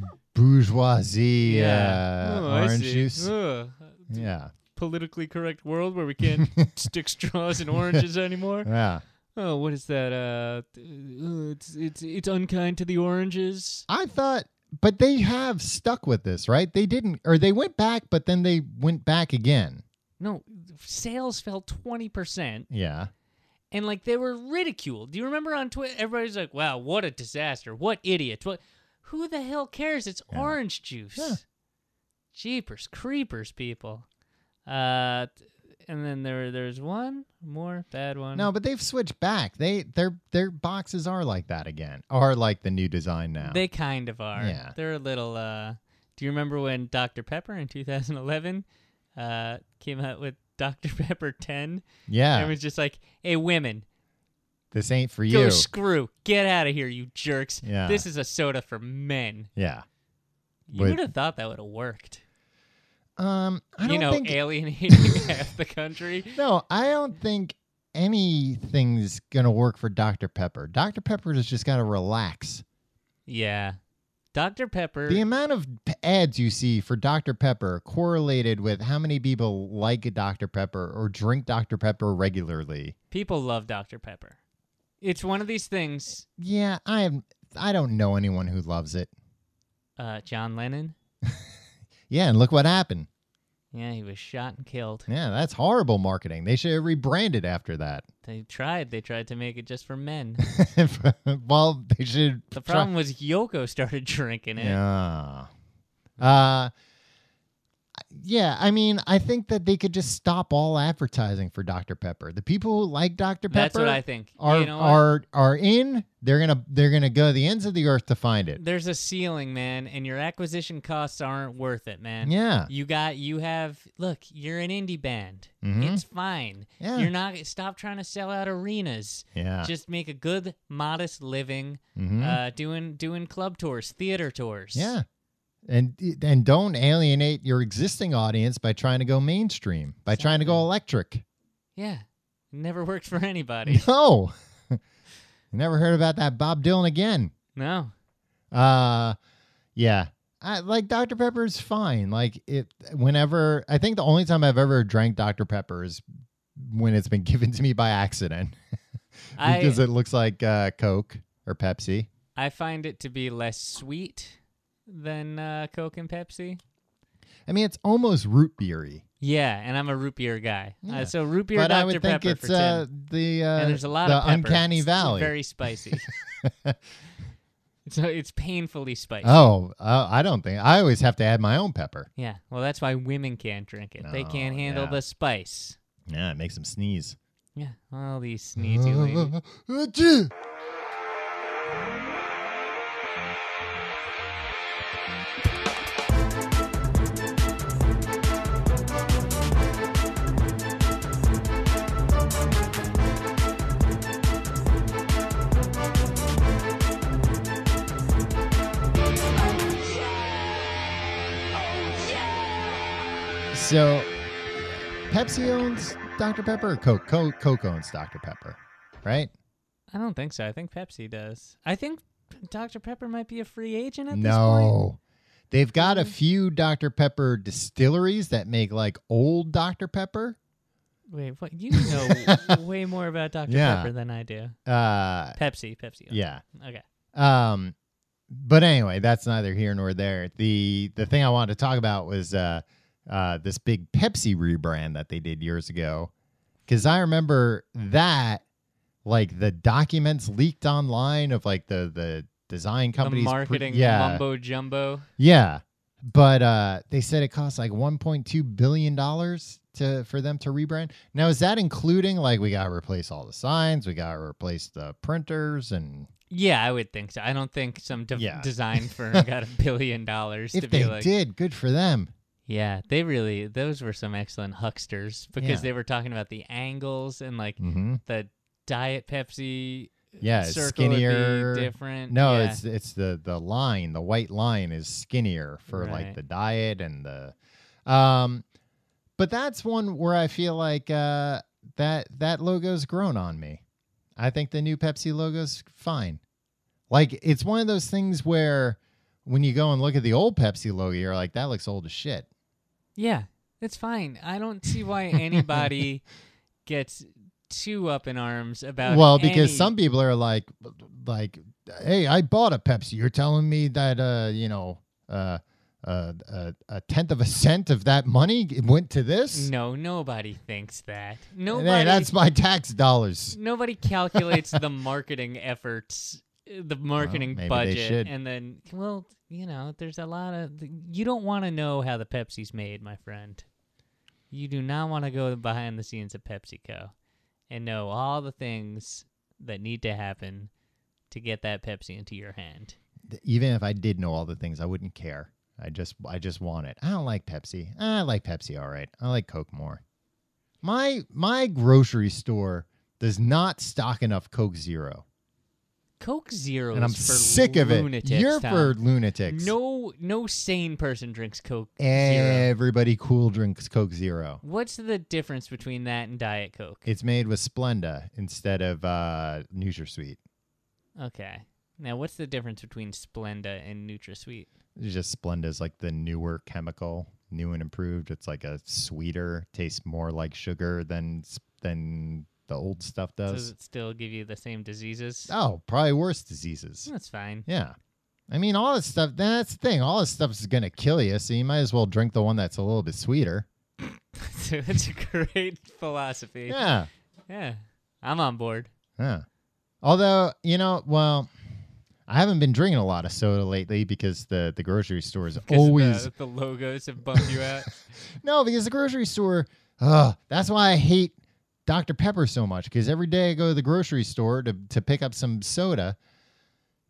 Speaker 1: bourgeoisie
Speaker 2: yeah,
Speaker 1: uh,
Speaker 2: oh, I
Speaker 1: orange
Speaker 2: see.
Speaker 1: juice.
Speaker 2: Uh,
Speaker 1: Yeah,
Speaker 2: politically correct world where we can't stick straws in oranges anymore.
Speaker 1: yeah.
Speaker 2: Oh, what is that? Uh, th- uh, it's it's it's unkind to the oranges.
Speaker 1: I thought, but they have stuck with this, right? They didn't, or they went back, but then they went back again.
Speaker 2: No, sales fell twenty percent,
Speaker 1: Yeah,
Speaker 2: and like they were ridiculed. Do you remember on Twitter? Everybody's like, "Wow, what a disaster! What idiots! What? Who the hell cares? It's
Speaker 1: Yeah.
Speaker 2: orange juice."
Speaker 1: Yeah.
Speaker 2: Jeepers creepers, people. Uh, t- and then there there's one more bad one.
Speaker 1: no, but they've switched back. They their their boxes are like that again, are like the new design now.
Speaker 2: they kind of are.
Speaker 1: Yeah.
Speaker 2: they're a little. Uh, do you remember when Dr Pepper in 2011 uh came out with Dr Pepper 10 and
Speaker 1: yeah,
Speaker 2: was just like, "Hey, women,
Speaker 1: this ain't for
Speaker 2: go
Speaker 1: you.
Speaker 2: screw, get out of here, you jerks.
Speaker 1: Yeah.
Speaker 2: This is a soda for men."
Speaker 1: yeah.
Speaker 2: You
Speaker 1: But-
Speaker 2: would have thought that would have worked.
Speaker 1: Um, I don't
Speaker 2: You know,
Speaker 1: think.
Speaker 2: alienating half the country.
Speaker 1: no, I don't think anything's gonna work for Dr Pepper. Dr Pepper has just got to relax.
Speaker 2: Yeah. Dr. Pepper.
Speaker 1: The amount of p- ads you see for Dr. Pepper correlated with how many people like Dr. Pepper or drink Dr. Pepper regularly.
Speaker 2: people love Dr. Pepper. It's one of these things.
Speaker 1: Yeah, I am. I don't know anyone who loves it.
Speaker 2: Uh, John Lennon.
Speaker 1: Yeah, and look what happened.
Speaker 2: Yeah, he was shot and killed.
Speaker 1: Yeah, that's horrible marketing. They should have rebranded after that.
Speaker 2: They tried. They tried to make it just for men.
Speaker 1: well, they should.
Speaker 2: The
Speaker 1: try-
Speaker 2: problem was Yoko started drinking it.
Speaker 1: Yeah. Uh, yeah, I mean, I think that they could just stop all advertising for Dr. Pepper. The people who like Dr. Pepper
Speaker 2: That's what I think.
Speaker 1: are
Speaker 2: you know what?
Speaker 1: are are in. They're gonna they're gonna go to the ends of the earth to find it.
Speaker 2: There's a ceiling, man, and your acquisition costs aren't worth it, man.
Speaker 1: Yeah,
Speaker 2: You got you have look, you're an indie band.
Speaker 1: Mhm.
Speaker 2: It's fine.
Speaker 1: Yeah.
Speaker 2: You're not stop trying to sell out arenas.
Speaker 1: yeah.
Speaker 2: Just make a good modest living
Speaker 1: Mhm.
Speaker 2: uh doing doing club tours, theater tours.
Speaker 1: Yeah. And and don't alienate your existing audience by trying to go mainstream, by trying to go electric.
Speaker 2: Yeah. Never worked for anybody.
Speaker 1: No. Never heard about that Bob Dylan again.
Speaker 2: no.
Speaker 1: Uh yeah. I like Dr Pepper's fine. Like it whenever I think the only time I've ever drank Dr Pepper is when it's been given to me by accident because
Speaker 2: I
Speaker 1: it looks like uh Coke or Pepsi.
Speaker 2: I find it to be less sweet than uh, Coke and Pepsi.
Speaker 1: I mean, it's almost root beery.
Speaker 2: Yeah, and I'm a root beer guy.
Speaker 1: Yeah.
Speaker 2: Uh, so root beer
Speaker 1: But
Speaker 2: Dr.
Speaker 1: I would think
Speaker 2: Pepper
Speaker 1: it's
Speaker 2: for Tim.
Speaker 1: uh the uh
Speaker 2: and there's a lot
Speaker 1: the
Speaker 2: of pepper.
Speaker 1: uncanny
Speaker 2: It's
Speaker 1: valley.
Speaker 2: Very spicy. it's uh, it's painfully spicy.
Speaker 1: Oh, uh, I don't think I always have to add my own pepper.
Speaker 2: Yeah. Well, that's why women can't drink it. they can't
Speaker 1: Oh,
Speaker 2: handle
Speaker 1: yeah.
Speaker 2: the spice.
Speaker 1: Yeah, it makes them sneeze.
Speaker 2: Yeah. All these sneezy ladies.
Speaker 1: Achoo. so, Pepsi owns Dr Pepper, or Coke, Coke, Coke owns Dr Pepper, right?
Speaker 2: I don't think so. I think Pepsi does. I think Dr. Pepper might be a free agent at this point. Mm.
Speaker 1: No. They've got a few Dr. Pepper distilleries that make like old Dr. Pepper.
Speaker 2: Wait, what? You know way more about Dr.
Speaker 1: Yeah.
Speaker 2: Pepper than I do.
Speaker 1: Uh
Speaker 2: Pepsi, Pepsi. okay.
Speaker 1: yeah.
Speaker 2: Okay.
Speaker 1: Um but anyway, that's neither here nor there. The the thing I wanted to talk about was uh uh this big Pepsi rebrand that they did years ago. Cause I remember that like the documents leaked online of like the the design companies
Speaker 2: the
Speaker 1: pre-
Speaker 2: marketing
Speaker 1: yeah.
Speaker 2: mumbo jumbo.
Speaker 1: Yeah. But uh they said it costs like 1.2 billion dollars to for them to rebrand. Now is that including like we got to replace all the signs, we got to replace the printers and
Speaker 2: Yeah, I would think so. I don't think some de-
Speaker 1: Yeah.
Speaker 2: design firm got a billion dollars to
Speaker 1: if they
Speaker 2: be like,
Speaker 1: did, good for them.
Speaker 2: Yeah, they really those were some excellent hucksters because
Speaker 1: Yeah.
Speaker 2: they were talking about the angles and like
Speaker 1: Mhm.
Speaker 2: the diet Pepsi
Speaker 1: Yeah, it's
Speaker 2: circle would be
Speaker 1: skinnier.
Speaker 2: different.
Speaker 1: No,
Speaker 2: Yeah.
Speaker 1: it's it's the the line, the white line is skinnier for like
Speaker 2: Right.
Speaker 1: the diet and the um but that's one where I feel like uh that that logo's grown on me. I think the new Pepsi logo's fine. Like it's one of those things where when you go and look at the old Pepsi logo, you're like that looks old as shit.
Speaker 2: yeah, it's fine. I don't see why anybody gets too up in arms about
Speaker 1: well, because
Speaker 2: any-
Speaker 1: some people are like like hey, I bought a Pepsi. You're telling me that uh, you know, uh uh, uh, a tenth of a cent of that money went to this.
Speaker 2: no nobody thinks that
Speaker 1: Hey,
Speaker 2: nobody
Speaker 1: that's my tax dollars.
Speaker 2: nobody calculates the marketing efforts uh, the marketing
Speaker 1: maybe they should.
Speaker 2: budget and then well you know there's a lot of you don't want to know how the pepsi's made my friend you do not want to go behind the scenes of pepsico and know all the things that need to happen to get that pepsi into your hand
Speaker 1: Even if I did know all the things, I wouldn't care. I just, I just want it. I don't like Pepsi. I like Pepsi, all right. I like Coke more. My my grocery store does not stock enough Coke Zero,
Speaker 2: coke zero
Speaker 1: and I'm
Speaker 2: is for
Speaker 1: sick of it.
Speaker 2: lunatics,
Speaker 1: You're
Speaker 2: Tom.
Speaker 1: for lunatics.
Speaker 2: no no sane person drinks coke zero
Speaker 1: Everybody cool drinks Coke Zero.
Speaker 2: what's the difference between that and diet coke
Speaker 1: It's made with Splenda instead of uh, NutraSweet.
Speaker 2: Okay. Now, what's the difference between Splenda and NutraSweet?
Speaker 1: It's just Splenda is like the newer chemical, new and improved. It's like a sweeter, tastes more like sugar than s- than the old stuff
Speaker 2: Does
Speaker 1: does.
Speaker 2: it still give you the same diseases?
Speaker 1: Oh, probably worse diseases.
Speaker 2: That's fine.
Speaker 1: Yeah. I mean, all this stuff, that's the thing. All this stuff is going to kill you. So you might as well drink the one that's a little bit sweeter.
Speaker 2: So That's a great philosophy.
Speaker 1: Yeah.
Speaker 2: Yeah. I'm on board.
Speaker 1: Yeah. Although, you know, well, I haven't been drinking a lot of soda lately because the the grocery store is
Speaker 2: 'Cause
Speaker 1: always
Speaker 2: the, the logos have bummed you out.
Speaker 1: no because the grocery store. Ugh, that's why I hate Dr Pepper so much because every day I go to the grocery store to to pick up some soda.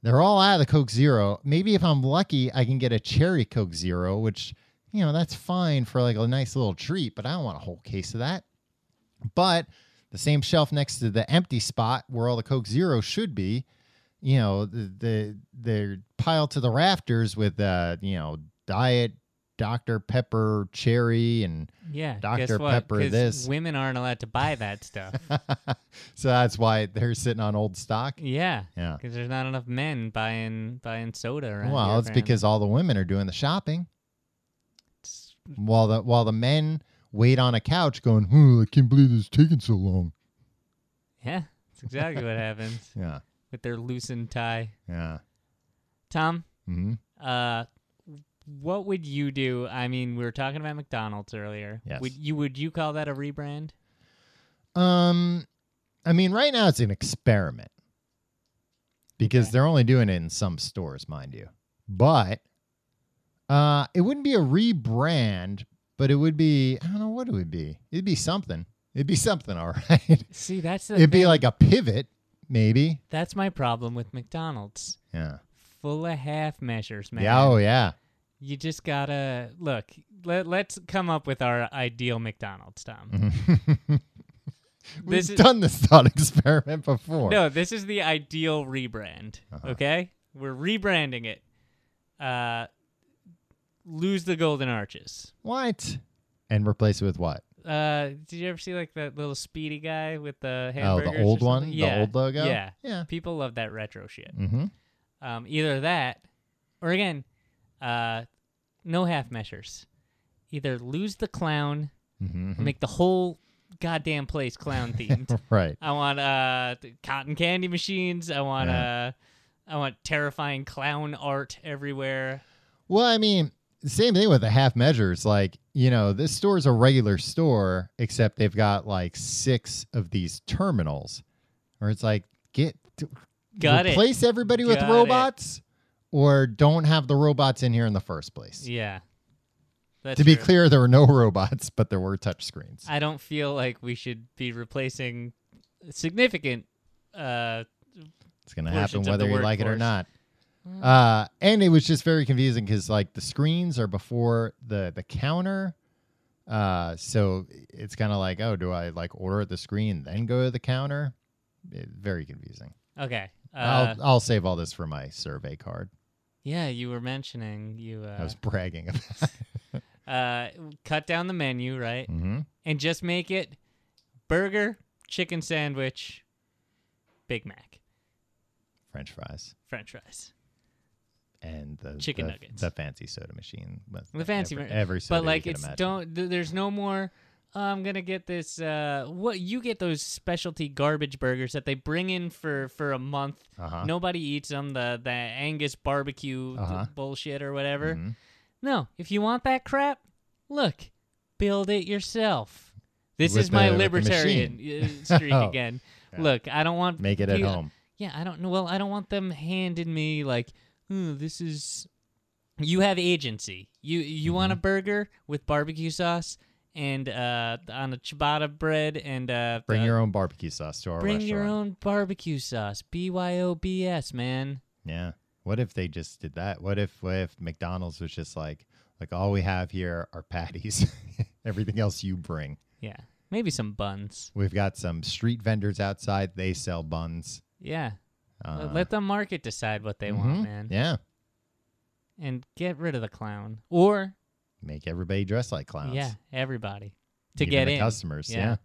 Speaker 1: They're all out of the Coke Zero. Maybe if I'm lucky, I can get a cherry Coke Zero, which you know that's fine for like a nice little treat. But I don't want a whole case of that. But the same shelf next to the empty spot where all the Coke Zero should be, you know, the, the they're piled to the rafters with uh, you know, diet Dr Pepper cherry and
Speaker 2: Yeah,
Speaker 1: Dr.
Speaker 2: Guess what?
Speaker 1: Pepper
Speaker 2: 'Cause
Speaker 1: this.
Speaker 2: Women aren't allowed to buy that stuff.
Speaker 1: so that's why they're sitting on old stock.
Speaker 2: yeah,
Speaker 1: Yeah.
Speaker 2: because there's not enough men buying buying soda around.
Speaker 1: Well,
Speaker 2: here,
Speaker 1: it's
Speaker 2: apparently.
Speaker 1: because all the women are doing the shopping while the while the men wait on a couch going, "Oh, I can't believe this is taking so long."
Speaker 2: yeah, that's exactly what happens
Speaker 1: Yeah.
Speaker 2: with their loosened tie.
Speaker 1: Yeah.
Speaker 2: Tom,
Speaker 1: Mhm.
Speaker 2: uh, what would you do? I mean, we were talking about McDonald's earlier.
Speaker 1: Yes.
Speaker 2: Would you would you call that a rebrand?
Speaker 1: Um, I mean, right now it's an experiment because
Speaker 2: Okay.
Speaker 1: they're only doing it in some stores, mind you. But uh, it wouldn't be a rebrand, but it would be I don't know what it would be. It'd be something. It'd be something, all right.
Speaker 2: See, that's the
Speaker 1: It'd be
Speaker 2: thing.
Speaker 1: like a pivot, maybe.
Speaker 2: that's my problem with McDonald's.
Speaker 1: Yeah.
Speaker 2: Full of half measures, man.
Speaker 1: Yeah. Oh, yeah.
Speaker 2: You just gotta look. Let, let's come up with our ideal McDonald's, Tom.
Speaker 1: Mm, We've
Speaker 2: This is-
Speaker 1: done this thought experiment before.
Speaker 2: No, this is the ideal rebrand.
Speaker 1: Uh-huh.
Speaker 2: Okay, we're rebranding it. Uh, lose the golden arches.
Speaker 1: What? And replace it with what?
Speaker 2: Uh, did you ever see like that little speedy guy with the
Speaker 1: Oh,
Speaker 2: hamburgers?
Speaker 1: the
Speaker 2: or
Speaker 1: old one,
Speaker 2: something? Yeah.
Speaker 1: the old logo.
Speaker 2: Yeah,
Speaker 1: Yeah.
Speaker 2: people love that retro shit.
Speaker 1: Mm-hmm.
Speaker 2: Um, either that, or again, uh, no half measures. Either lose the clown,
Speaker 1: Mm-hmm.
Speaker 2: make the whole goddamn place clown themed,
Speaker 1: right.
Speaker 2: I want uh th- cotton candy machines. I want
Speaker 1: Yeah.
Speaker 2: uh I want terrifying clown art everywhere.
Speaker 1: Well, I mean, same thing with the half measures. Like, you know, this store is a regular store, except they've got like six of these terminals, where it's like, get d-
Speaker 2: Got it.
Speaker 1: replace everybody with
Speaker 2: Got it.
Speaker 1: robots, or don't have the robots in here in the first place.
Speaker 2: Yeah. That's
Speaker 1: to be
Speaker 2: true.
Speaker 1: clear, there were no robots, but there were touch screens.
Speaker 2: I don't feel like we should be replacing significant uh
Speaker 1: It's going to
Speaker 2: Portions
Speaker 1: happen
Speaker 2: of
Speaker 1: whether
Speaker 2: the
Speaker 1: you like it or
Speaker 2: workforce.
Speaker 1: not. Uh, and it was just very confusing because like the screens are before the the counter, uh, so it's kind of like, oh, do I like order at the screen then go to the counter? It- very confusing.
Speaker 2: okay. Uh,
Speaker 1: I'll I'll save all this for my survey card.
Speaker 2: yeah, you were mentioning you
Speaker 1: I
Speaker 2: uh,
Speaker 1: was bragging about.
Speaker 2: uh cut down the menu, right?
Speaker 1: mm-hmm.
Speaker 2: And just make it burger, chicken sandwich, Big Mac,
Speaker 1: French fries
Speaker 2: french fries.
Speaker 1: and the
Speaker 2: Chicken
Speaker 1: the,
Speaker 2: nuggets.
Speaker 1: The fancy soda machine. with
Speaker 2: The fancy
Speaker 1: every,
Speaker 2: ver-
Speaker 1: every soda
Speaker 2: but
Speaker 1: you
Speaker 2: like
Speaker 1: can
Speaker 2: it's
Speaker 1: imagine.
Speaker 2: don't th- there's no more "Oh, i'm gonna get this uh what you get those specialty garbage burgers that they bring in for for a month
Speaker 1: Uh-huh.
Speaker 2: nobody eats them the the angus barbecue th-
Speaker 1: Uh-huh.
Speaker 2: bullshit or whatever
Speaker 1: Mhm.
Speaker 2: no if you want that crap look build it yourself this
Speaker 1: With
Speaker 2: is my
Speaker 1: the- with the
Speaker 2: libertarian uh, streak
Speaker 1: Oh.
Speaker 2: again
Speaker 1: Yeah.
Speaker 2: look i don't want
Speaker 1: Make it at
Speaker 2: you-
Speaker 1: home.
Speaker 2: yeah, I don't know. Well, I don't want them handing me like, "Hmm, this is. You have agency. You
Speaker 1: Mm-hmm.
Speaker 2: you want a burger with barbecue sauce and uh, on a ciabatta bread and uh,
Speaker 1: Bring
Speaker 2: uh,
Speaker 1: your own barbecue sauce to our
Speaker 2: bring
Speaker 1: restaurant.
Speaker 2: your own barbecue sauce. B y o b s man.
Speaker 1: Yeah. What if they just did that? What if what if McDonald's was just like like all we have here are patties. Everything else you bring.
Speaker 2: Yeah, maybe some buns.
Speaker 1: We've got some street vendors outside. They sell buns.
Speaker 2: Yeah,
Speaker 1: Uh,
Speaker 2: let the market decide what they
Speaker 1: mhm.
Speaker 2: want, man.
Speaker 1: Yeah.
Speaker 2: And get rid of the clown or
Speaker 1: Make everybody dress like clowns.
Speaker 2: yeah, everybody to
Speaker 1: Even
Speaker 2: get
Speaker 1: the
Speaker 2: in.
Speaker 1: customers. Yeah.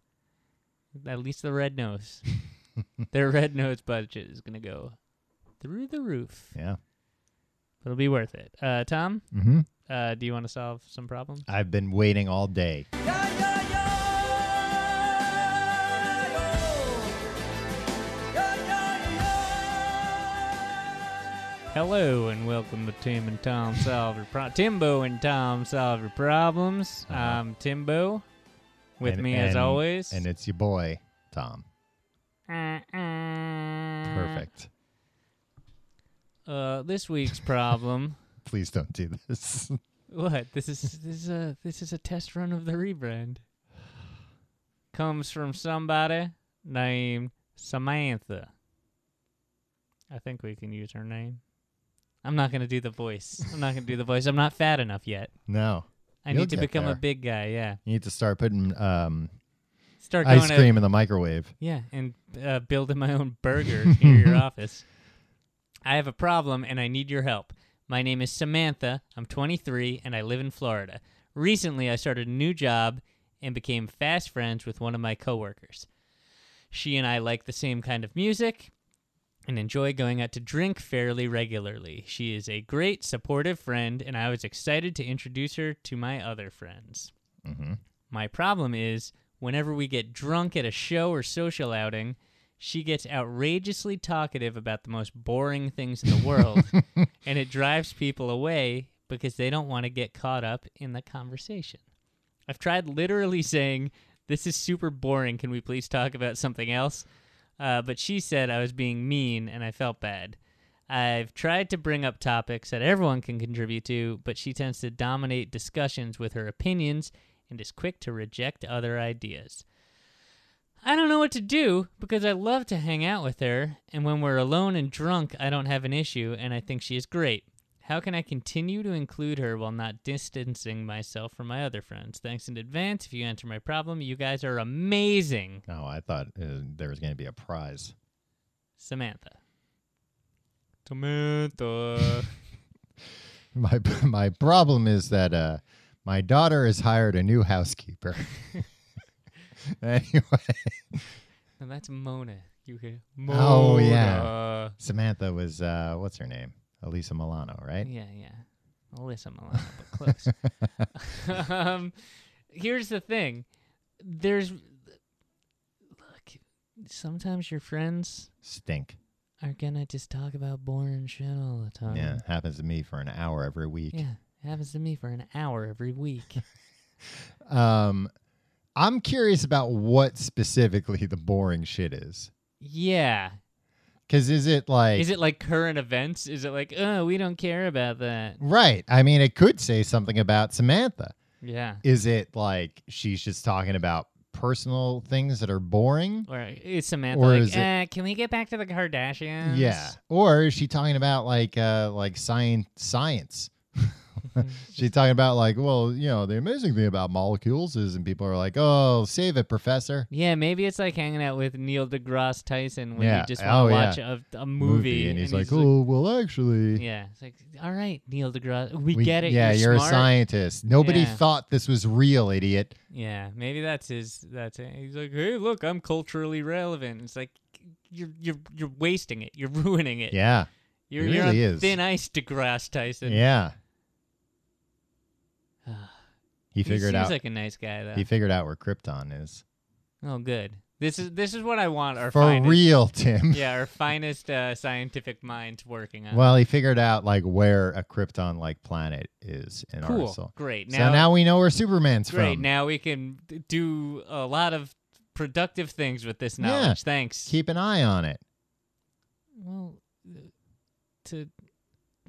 Speaker 2: At least the red nose. Their red nose budget is gonna go through the roof.
Speaker 1: Yeah.
Speaker 2: It'll be worth it. Uh, Tom,
Speaker 1: hmm
Speaker 2: uh, do you want to solve some problems?
Speaker 1: I've been waiting all day.
Speaker 2: Hello and welcome to Tim and Tom Solve Your Pro- Timbo and Tom Solve Your Problems.
Speaker 1: Uh-huh.
Speaker 2: I'm Timbo. With
Speaker 1: And-
Speaker 2: me as
Speaker 1: and-
Speaker 2: always.
Speaker 1: And it's your boy, Tom.
Speaker 2: Perfect.
Speaker 1: Perfect.
Speaker 2: uh, this week's problem.
Speaker 1: Please don't do this.
Speaker 2: What? This is this is a this is a test run of the rebrand. Comes from somebody named Samantha. I think we can use her name. I'm not gonna do the voice. I'm not gonna do the voice. I'm not fat enough yet.
Speaker 1: No.
Speaker 2: I
Speaker 1: You'll
Speaker 2: need to
Speaker 1: get
Speaker 2: become
Speaker 1: there.
Speaker 2: a big guy. Yeah.
Speaker 1: You need to start putting um,
Speaker 2: Start going
Speaker 1: ice
Speaker 2: to
Speaker 1: cream in the microwave.
Speaker 2: yeah, and uh, building my own burger near your office. I have a problem and I need your help. My name is Samantha. I'm 23 and I live in Florida. Recently, I started a new job and became fast friends with one of my coworkers. She and I like the same kind of music and enjoy going out to drink fairly regularly. She is a great supportive friend and I was excited to introduce her to my other friends.
Speaker 1: hmm
Speaker 2: My problem is whenever we get drunk at a show or social outing, she gets outrageously talkative about the most boring things in the world, and it drives people away because they don't want to get caught up in the conversation. I've tried literally saying, This is super boring. Can we please talk about something else? Uh, but she said I was being mean and I felt bad. I've tried to bring up topics that everyone can contribute to, but she tends to dominate discussions with her opinions and is quick to reject other ideas. I don't know what to do because I love to hang out with her, and when we're alone and drunk, I don't have an issue and I think she is great. How can I continue to include her while not distancing myself from my other friends? Thanks in advance if you answer my problem. You guys are amazing,
Speaker 1: Oh, I thought uh, there was going to be a prize.
Speaker 2: Samantha. Samantha.
Speaker 1: My my problem is that uh, my daughter has hired a new housekeeper. anyway,
Speaker 2: And that's Mona. You hear? Mona.
Speaker 1: Oh, yeah. Samantha was uh, what's her name? Elisa Milano, right?
Speaker 2: Yeah, yeah. Melissa Milano, but close. um, here's the thing. There's look. Sometimes your friends
Speaker 1: Stink.
Speaker 2: are gonna just talk about boring shit all the time.
Speaker 1: yeah, happens to me for an hour every week.
Speaker 2: Yeah. Happens to me for an hour every week.
Speaker 1: Um, I'm curious about what specifically the boring shit is.
Speaker 2: yeah.
Speaker 1: Because is it like
Speaker 2: Is it like current events? Is it like, oh, we don't care about that?
Speaker 1: right? I mean, it could say something about Samantha.
Speaker 2: Yeah.
Speaker 1: Is it like she's just talking about personal things that are boring?
Speaker 2: Or is Samantha
Speaker 1: Or
Speaker 2: like,
Speaker 1: is it-
Speaker 2: uh, can we get back to the Kardashians?
Speaker 1: Yeah. Or is she talking about like uh like science science? She's talking about like, well, you know, the amazing thing about molecules is and people are like, Oh, save it, professor.
Speaker 2: Yeah, maybe it's like hanging out with Neil deGrasse Tyson when
Speaker 1: Yeah.
Speaker 2: you just
Speaker 1: Oh,
Speaker 2: want to
Speaker 1: yeah.
Speaker 2: watch a, a movie,
Speaker 1: and he's like, Oh, well actually
Speaker 2: yeah, it's like, all right, Neil deGrasse, we,
Speaker 1: we-
Speaker 2: get it.
Speaker 1: Yeah,
Speaker 2: you're,
Speaker 1: a
Speaker 2: smart."
Speaker 1: scientist. Nobody
Speaker 2: Yeah.
Speaker 1: thought this was real, idiot.
Speaker 2: Yeah, maybe that's his. That's it. He's like, hey, look, I'm culturally relevant. It's like you're you're you're wasting it. You're ruining it.
Speaker 1: Yeah.
Speaker 2: you're,
Speaker 1: it
Speaker 2: you're
Speaker 1: really
Speaker 2: on
Speaker 1: is.
Speaker 2: thin ice, deGrasse Tyson.
Speaker 1: Yeah. He
Speaker 2: he
Speaker 1: figured
Speaker 2: seems
Speaker 1: out
Speaker 2: like a nice guy though.
Speaker 1: he figured out where Krypton is.
Speaker 2: oh, good. This is this is what I want. Our
Speaker 1: For
Speaker 2: finest,
Speaker 1: real, Tim.
Speaker 2: yeah, our finest uh, scientific minds working on.
Speaker 1: Well, he figured out like where a Krypton like planet is in our
Speaker 2: cool,
Speaker 1: sol-
Speaker 2: great.
Speaker 1: so now we know where Superman's
Speaker 2: Great.
Speaker 1: from.
Speaker 2: Now we can d- do a lot of productive things with this
Speaker 1: Yeah.
Speaker 2: knowledge. Thanks.
Speaker 1: Keep an eye on it
Speaker 2: well, uh, to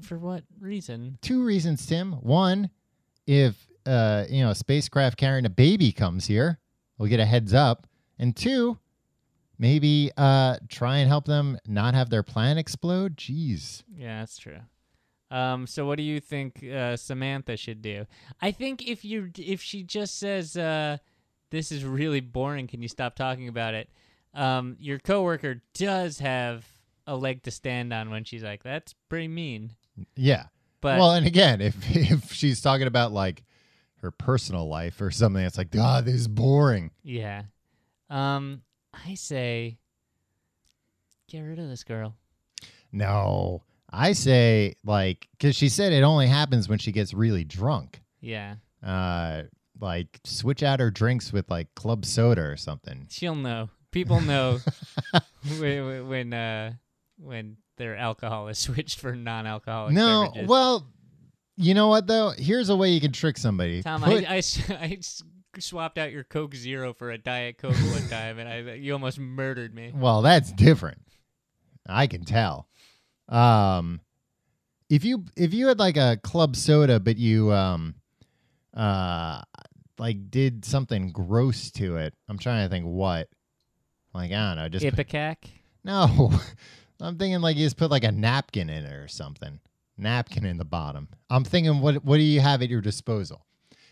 Speaker 2: for what reason?
Speaker 1: two reasons, Tim. One, if uh, you know a spacecraft carrying a baby comes here, we'll get a heads up. And two, maybe uh, try and help them not have their planet explode. Jeez,
Speaker 2: Yeah, that's true. Um, so what do you think uh, Samantha should do? I think if you if she just says uh, this is really boring, can you stop talking about it? Um, your coworker does have a leg to stand on when she's like, "That's pretty mean."
Speaker 1: yeah.
Speaker 2: But
Speaker 1: well, and again, if if she's talking about like her personal life or something, it's like, God, this is boring.
Speaker 2: Yeah. Um, I say get rid of this girl.
Speaker 1: No, I say like because she said it only happens when she gets really drunk.
Speaker 2: Yeah.
Speaker 1: Uh, like switch out her drinks with like club soda or something.
Speaker 2: She'll know. People know when when- when uh when their alcohol is switched for non-alcoholic
Speaker 1: no,
Speaker 2: Oh, beverages.
Speaker 1: well, you know what though? Here's a way you can trick somebody.
Speaker 2: Tom,
Speaker 1: Put-
Speaker 2: I, I s- I s- swapped out your Coke Zero for a Diet Coke one time, and I you almost murdered me.
Speaker 1: well, that's different. I can tell. Um, if you if you had like a club soda but you um uh like did something gross to it i'm trying to think what like i don't know just
Speaker 2: Ipecac.
Speaker 1: no i'm thinking like you just put like a napkin in it or something napkin in the bottom i'm thinking what what do you have at your disposal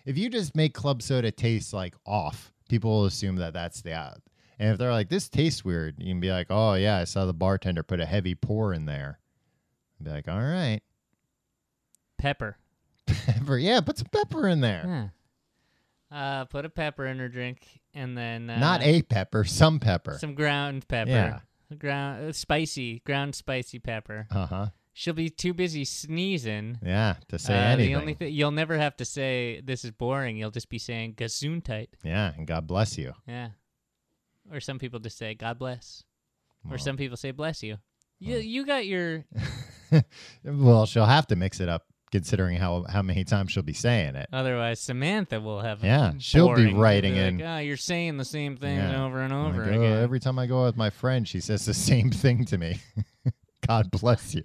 Speaker 1: if you just make club soda taste like off people will assume that that's the out and if they're like this tastes weird you can be like oh yeah i saw the bartender put a heavy pour in there be like all right
Speaker 2: Pepper.
Speaker 1: pepper. Yeah, put some pepper in there.
Speaker 2: Yeah. Uh, put a pepper in her drink, and then uh,
Speaker 1: Not a pepper, some pepper.
Speaker 2: some ground pepper.
Speaker 1: Yeah.
Speaker 2: Ground uh, spicy, ground spicy pepper.
Speaker 1: uh huh.
Speaker 2: She'll be too busy sneezing.
Speaker 1: Yeah, to say
Speaker 2: uh,
Speaker 1: anything.
Speaker 2: the only thing you'll never have to say this is boring. You'll just be saying gesundheit.
Speaker 1: yeah, and God bless you.
Speaker 2: Yeah. Or some people just say God bless. Or
Speaker 1: Well.
Speaker 2: some people say bless you. You you got your
Speaker 1: well, she'll have to mix it up considering how how many times she'll be saying it.
Speaker 2: otherwise Samantha will have a
Speaker 1: Yeah, she'll
Speaker 2: Mm-hmm. boring-
Speaker 1: be writing
Speaker 2: like,
Speaker 1: in.
Speaker 2: "Ah, you're saying the same thing
Speaker 1: Yeah.
Speaker 2: over and
Speaker 1: I'm
Speaker 2: over
Speaker 1: like, "Oh,
Speaker 2: again.
Speaker 1: every time I go out with my friend, she says the same thing to me. God bless you.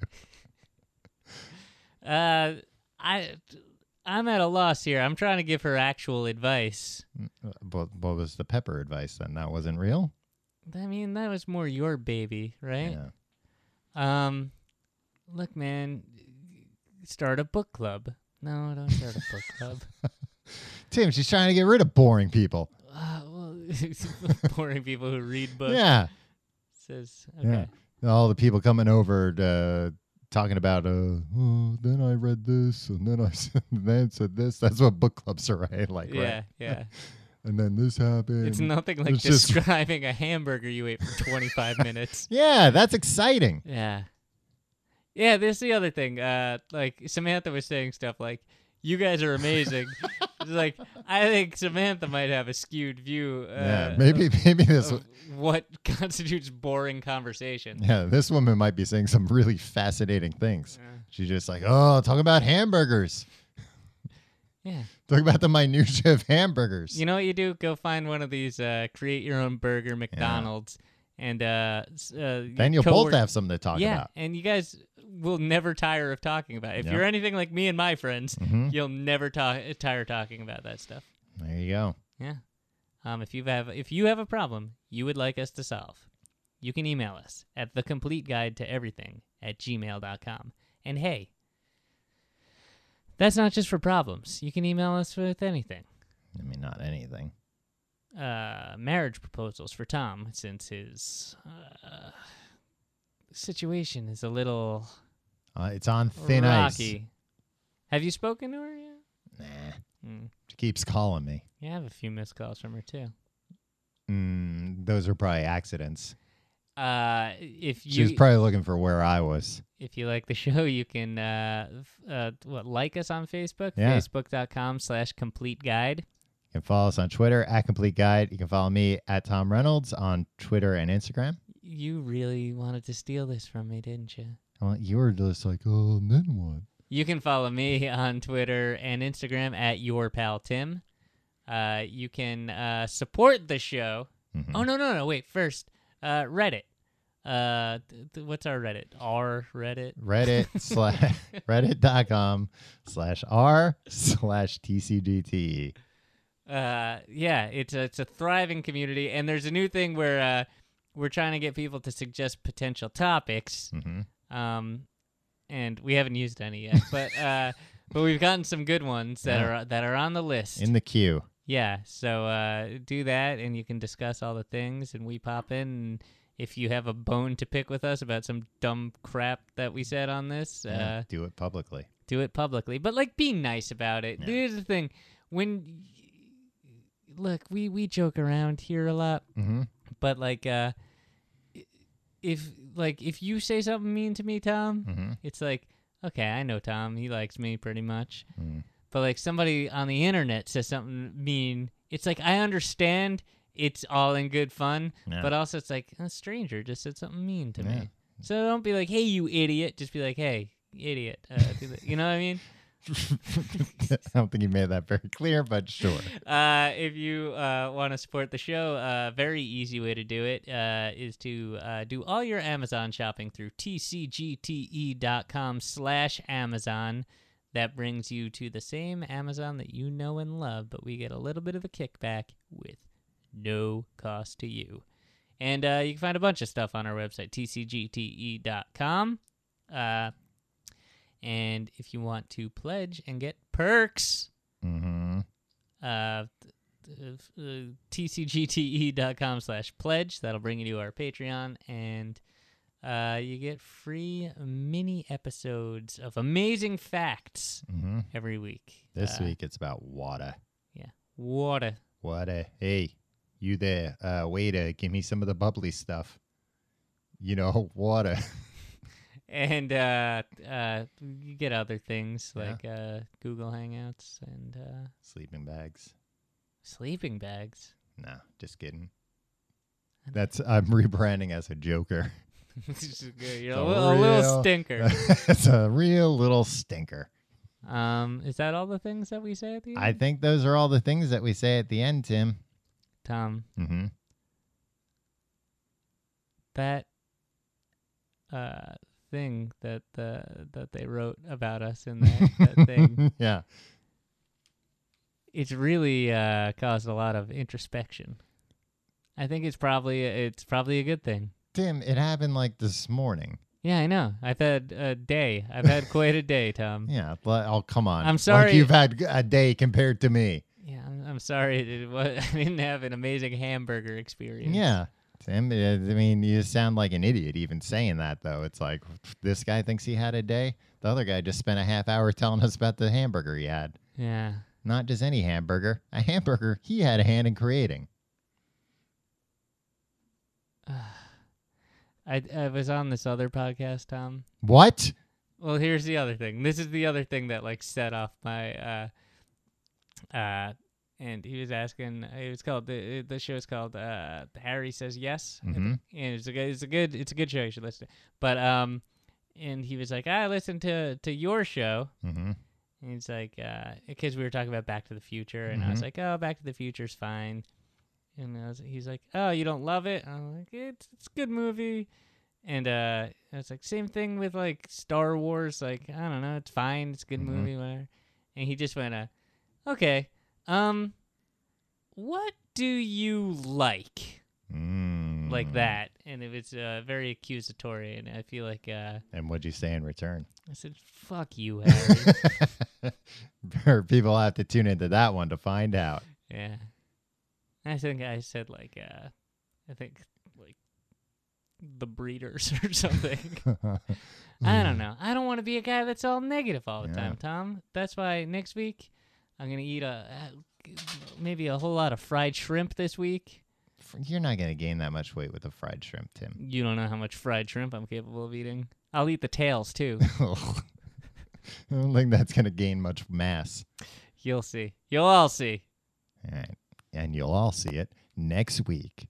Speaker 2: Uh, I I'm at a loss here. I'm trying to give her actual advice.
Speaker 1: But what was the pepper advice then? That wasn't real.
Speaker 2: I mean, that was more your baby, right?
Speaker 1: Yeah.
Speaker 2: Um, look, man, start a book club. No, don't start a book club.
Speaker 1: Tim, she's trying to get rid of boring people.
Speaker 2: Uh, well, boring people who read books.
Speaker 1: yeah,
Speaker 2: Says
Speaker 1: Yeah.
Speaker 2: okay.
Speaker 1: all the people coming over to, talking about uh oh, then i read this and then i said, then said this that's what book clubs are right like
Speaker 2: Yeah, yeah.
Speaker 1: right and then this happened
Speaker 2: It's nothing like
Speaker 1: it's just-
Speaker 2: describing a hamburger you ate for 25 minutes.
Speaker 1: yeah that's exciting
Speaker 2: Yeah. Yeah, there's the other thing. Uh like Samantha was saying stuff like, You guys are amazing. it's like I think Samantha might have a skewed view uh, oh.
Speaker 1: yeah maybe maybe
Speaker 2: of,
Speaker 1: this
Speaker 2: of what constitutes boring conversation.
Speaker 1: yeah this woman might be saying some really fascinating things she's just like oh talk about hamburgers
Speaker 2: Yeah.
Speaker 1: talk about the minutia of hamburgers
Speaker 2: You know what you do? Go find one of these uh create your own burger McDonald's and uh, s- uh your
Speaker 1: then you'll both
Speaker 2: cowork-
Speaker 1: have something to talk
Speaker 2: yeah,
Speaker 1: about
Speaker 2: and you guys will never tire of talking about it. If
Speaker 1: Yeah.
Speaker 2: you're anything like me and my friends,
Speaker 1: Mhm.
Speaker 2: you'll never ta- tire talking about that stuff.
Speaker 1: there you go
Speaker 2: Yeah. Um, if you have if you have a problem you would like us to solve, you can email us at the complete guide to everything at gmail.com. And hey, that's not just for problems. You can email us with anything.
Speaker 1: i mean not anything
Speaker 2: Uh, marriage proposals for Tom, since his uh, situation is a little
Speaker 1: uh, it's on thin
Speaker 2: rocky. Have you spoken to her yet?
Speaker 1: ice nah
Speaker 2: Mm.
Speaker 1: she keeps calling me
Speaker 2: You have a few missed calls from her too.
Speaker 1: Mm, those are probably accidents.
Speaker 2: Uh, if
Speaker 1: She
Speaker 2: you
Speaker 1: was probably looking for where I was.
Speaker 2: if you like the show, you can uh, f- uh, what like us on Facebook,
Speaker 1: Yeah.
Speaker 2: facebook.com slash complete guide.
Speaker 1: You can follow us on Twitter at Complete Guide. You can follow me at Tom Reynolds on Twitter and Instagram.
Speaker 2: You really wanted to steal this from me, didn't you?
Speaker 1: Well, you were just like, oh, and then what?
Speaker 2: You can follow me on Twitter and Instagram at your pal Tim. Uh, you can uh, support the show.
Speaker 1: Mhm.
Speaker 2: Oh no no no! Wait, first uh, Reddit. Uh, th- th- what's our Reddit? Our Reddit.
Speaker 1: Reddit slash reddit.com slash r slash tcgte.
Speaker 2: Uh, yeah, it's a, it's a thriving community, and there's a new thing where uh, we're trying to get people to suggest potential topics.
Speaker 1: Mhm.
Speaker 2: Um, and we haven't used any yet, but uh, but we've gotten some good ones that
Speaker 1: Yeah.
Speaker 2: are that are on the list.
Speaker 1: In the queue.
Speaker 2: yeah, so uh, do that, and you can discuss all the things, and we pop in. And if you have a bone to pick with us about some dumb crap that we said on this,
Speaker 1: Yeah,
Speaker 2: uh,
Speaker 1: do it publicly.
Speaker 2: do it publicly, but like be nice about it.
Speaker 1: Yeah.
Speaker 2: Here's the thing: when y- look, we we joke around here a lot,
Speaker 1: hmm
Speaker 2: but like, uh, i- if like if you say something mean to me, Tom,
Speaker 1: hmm
Speaker 2: it's like okay, I know Tom, he likes me pretty much,
Speaker 1: Mm.
Speaker 2: but like somebody on the internet says something mean, it's like I understand. It's all in good fun,
Speaker 1: Yeah.
Speaker 2: but uh, also it's like a stranger just said something mean to
Speaker 1: Yeah.
Speaker 2: me. So don't be like, "Hey, you idiot!" Just be like, "Hey, idiot," uh, do the- you know what I mean?
Speaker 1: I don't think he made that very clear, but sure.
Speaker 2: Uh, if you uh, want to support the show, a uh, very easy way to do it uh, is to uh, do all your Amazon shopping through tcgte.com E slash Amazon. That brings you to the same Amazon that you know and love, but we get a little bit of a kickback with no cost to you. And uh, you can find a bunch of stuff on our website, tcgte.com. E Uh, and if you want to pledge and get perks,
Speaker 1: hmm
Speaker 2: uh, tcgte.com E slash pledge. That'll bring you to our Patreon, and uh, you get free mini episodes of amazing facts
Speaker 1: hmm
Speaker 2: every week.
Speaker 1: This
Speaker 2: Uh,
Speaker 1: week it's about water.
Speaker 2: Water.
Speaker 1: Water. Hey, you there? Uh, waiter, give me some of the bubbly stuff. You know, water.
Speaker 2: And uh, uh, you get other things
Speaker 1: Yeah.
Speaker 2: like uh, Google Hangouts and uh,
Speaker 1: Sleeping bags.
Speaker 2: sleeping bags.
Speaker 1: Nah, just kidding. That's I'm rebranding as a joker.
Speaker 2: You're
Speaker 1: The
Speaker 2: a little, a little
Speaker 1: real-
Speaker 2: stinker.
Speaker 1: it's a real little stinker.
Speaker 2: um, is that all the things that we say at the end?
Speaker 1: I think those are all the things that we say at the end, Tim.
Speaker 2: Tom,
Speaker 1: Mm-hmm.
Speaker 2: that uh thing that the that they wrote about us in that, that thing
Speaker 1: yeah.
Speaker 2: it's really uh caused a lot of introspection i think it's probably it's probably a good thing
Speaker 1: Tim, it happened like this morning.
Speaker 2: yeah i know i've had a day i've had quite a day tom
Speaker 1: Yeah. but- Oh, come on.
Speaker 2: Mm. I'm
Speaker 1: Like
Speaker 2: sorry.
Speaker 1: you've had a day compared to me.
Speaker 2: yeah i'm, I'm sorry it was, i didn't have an amazing hamburger experience
Speaker 1: Yeah. Tim, I I mean, you sound like an idiot even saying that, though. It's like, this guy thinks he had a day. The other guy just spent a half hour telling us about the hamburger he had.
Speaker 2: yeah
Speaker 1: Not just any hamburger, a hamburger he had a hand in creating.
Speaker 2: I, I was on this other podcast tom
Speaker 1: What?
Speaker 2: Well, here's the other thing. This is the other thing that like set off my uh uh and he was asking it was called the the show is called uh Harry says yes. I think.
Speaker 1: Mhm.
Speaker 2: And it's a good it's a good it's a good show you should listen to. But um and he was like, "I listened to to your show."
Speaker 1: Mm-hmm.
Speaker 2: And he's like, uh, because we were talking about Back to the Future, and I was
Speaker 1: Mhm.
Speaker 2: like, oh, Back to the Future's fine. And I was, he's like, oh, you don't love it? And I'm like, it's it's a good movie. And uh, I was like, same thing with like Star Wars. Like, I don't know, it's fine, it's a good
Speaker 1: Mhm.
Speaker 2: movie, whatever. And he just went, uh, okay, um, what do you like
Speaker 1: Mm.
Speaker 2: like that? And it was uh, very accusatory, and I feel like uh,
Speaker 1: And what'd you say in return?
Speaker 2: I said, fuck you, Harry.
Speaker 1: People have to tune into that one to find out.
Speaker 2: Yeah. I think I said like uh I think like the breeders or something. I don't know. I don't want to be a guy that's all negative all the
Speaker 1: Hmm. Yeah.
Speaker 2: time, Tom. That's why next week I'm going to eat a uh, maybe a whole lot of fried shrimp this week.
Speaker 1: You're not going to gain that much weight with a fried shrimp, Tim.
Speaker 2: You don't know how much fried shrimp I'm capable of eating. I'll eat the tails too.
Speaker 1: I don't think that's going to gain much mass.
Speaker 2: You'll see. You'll all see.
Speaker 1: All right. And you'll all see it next week.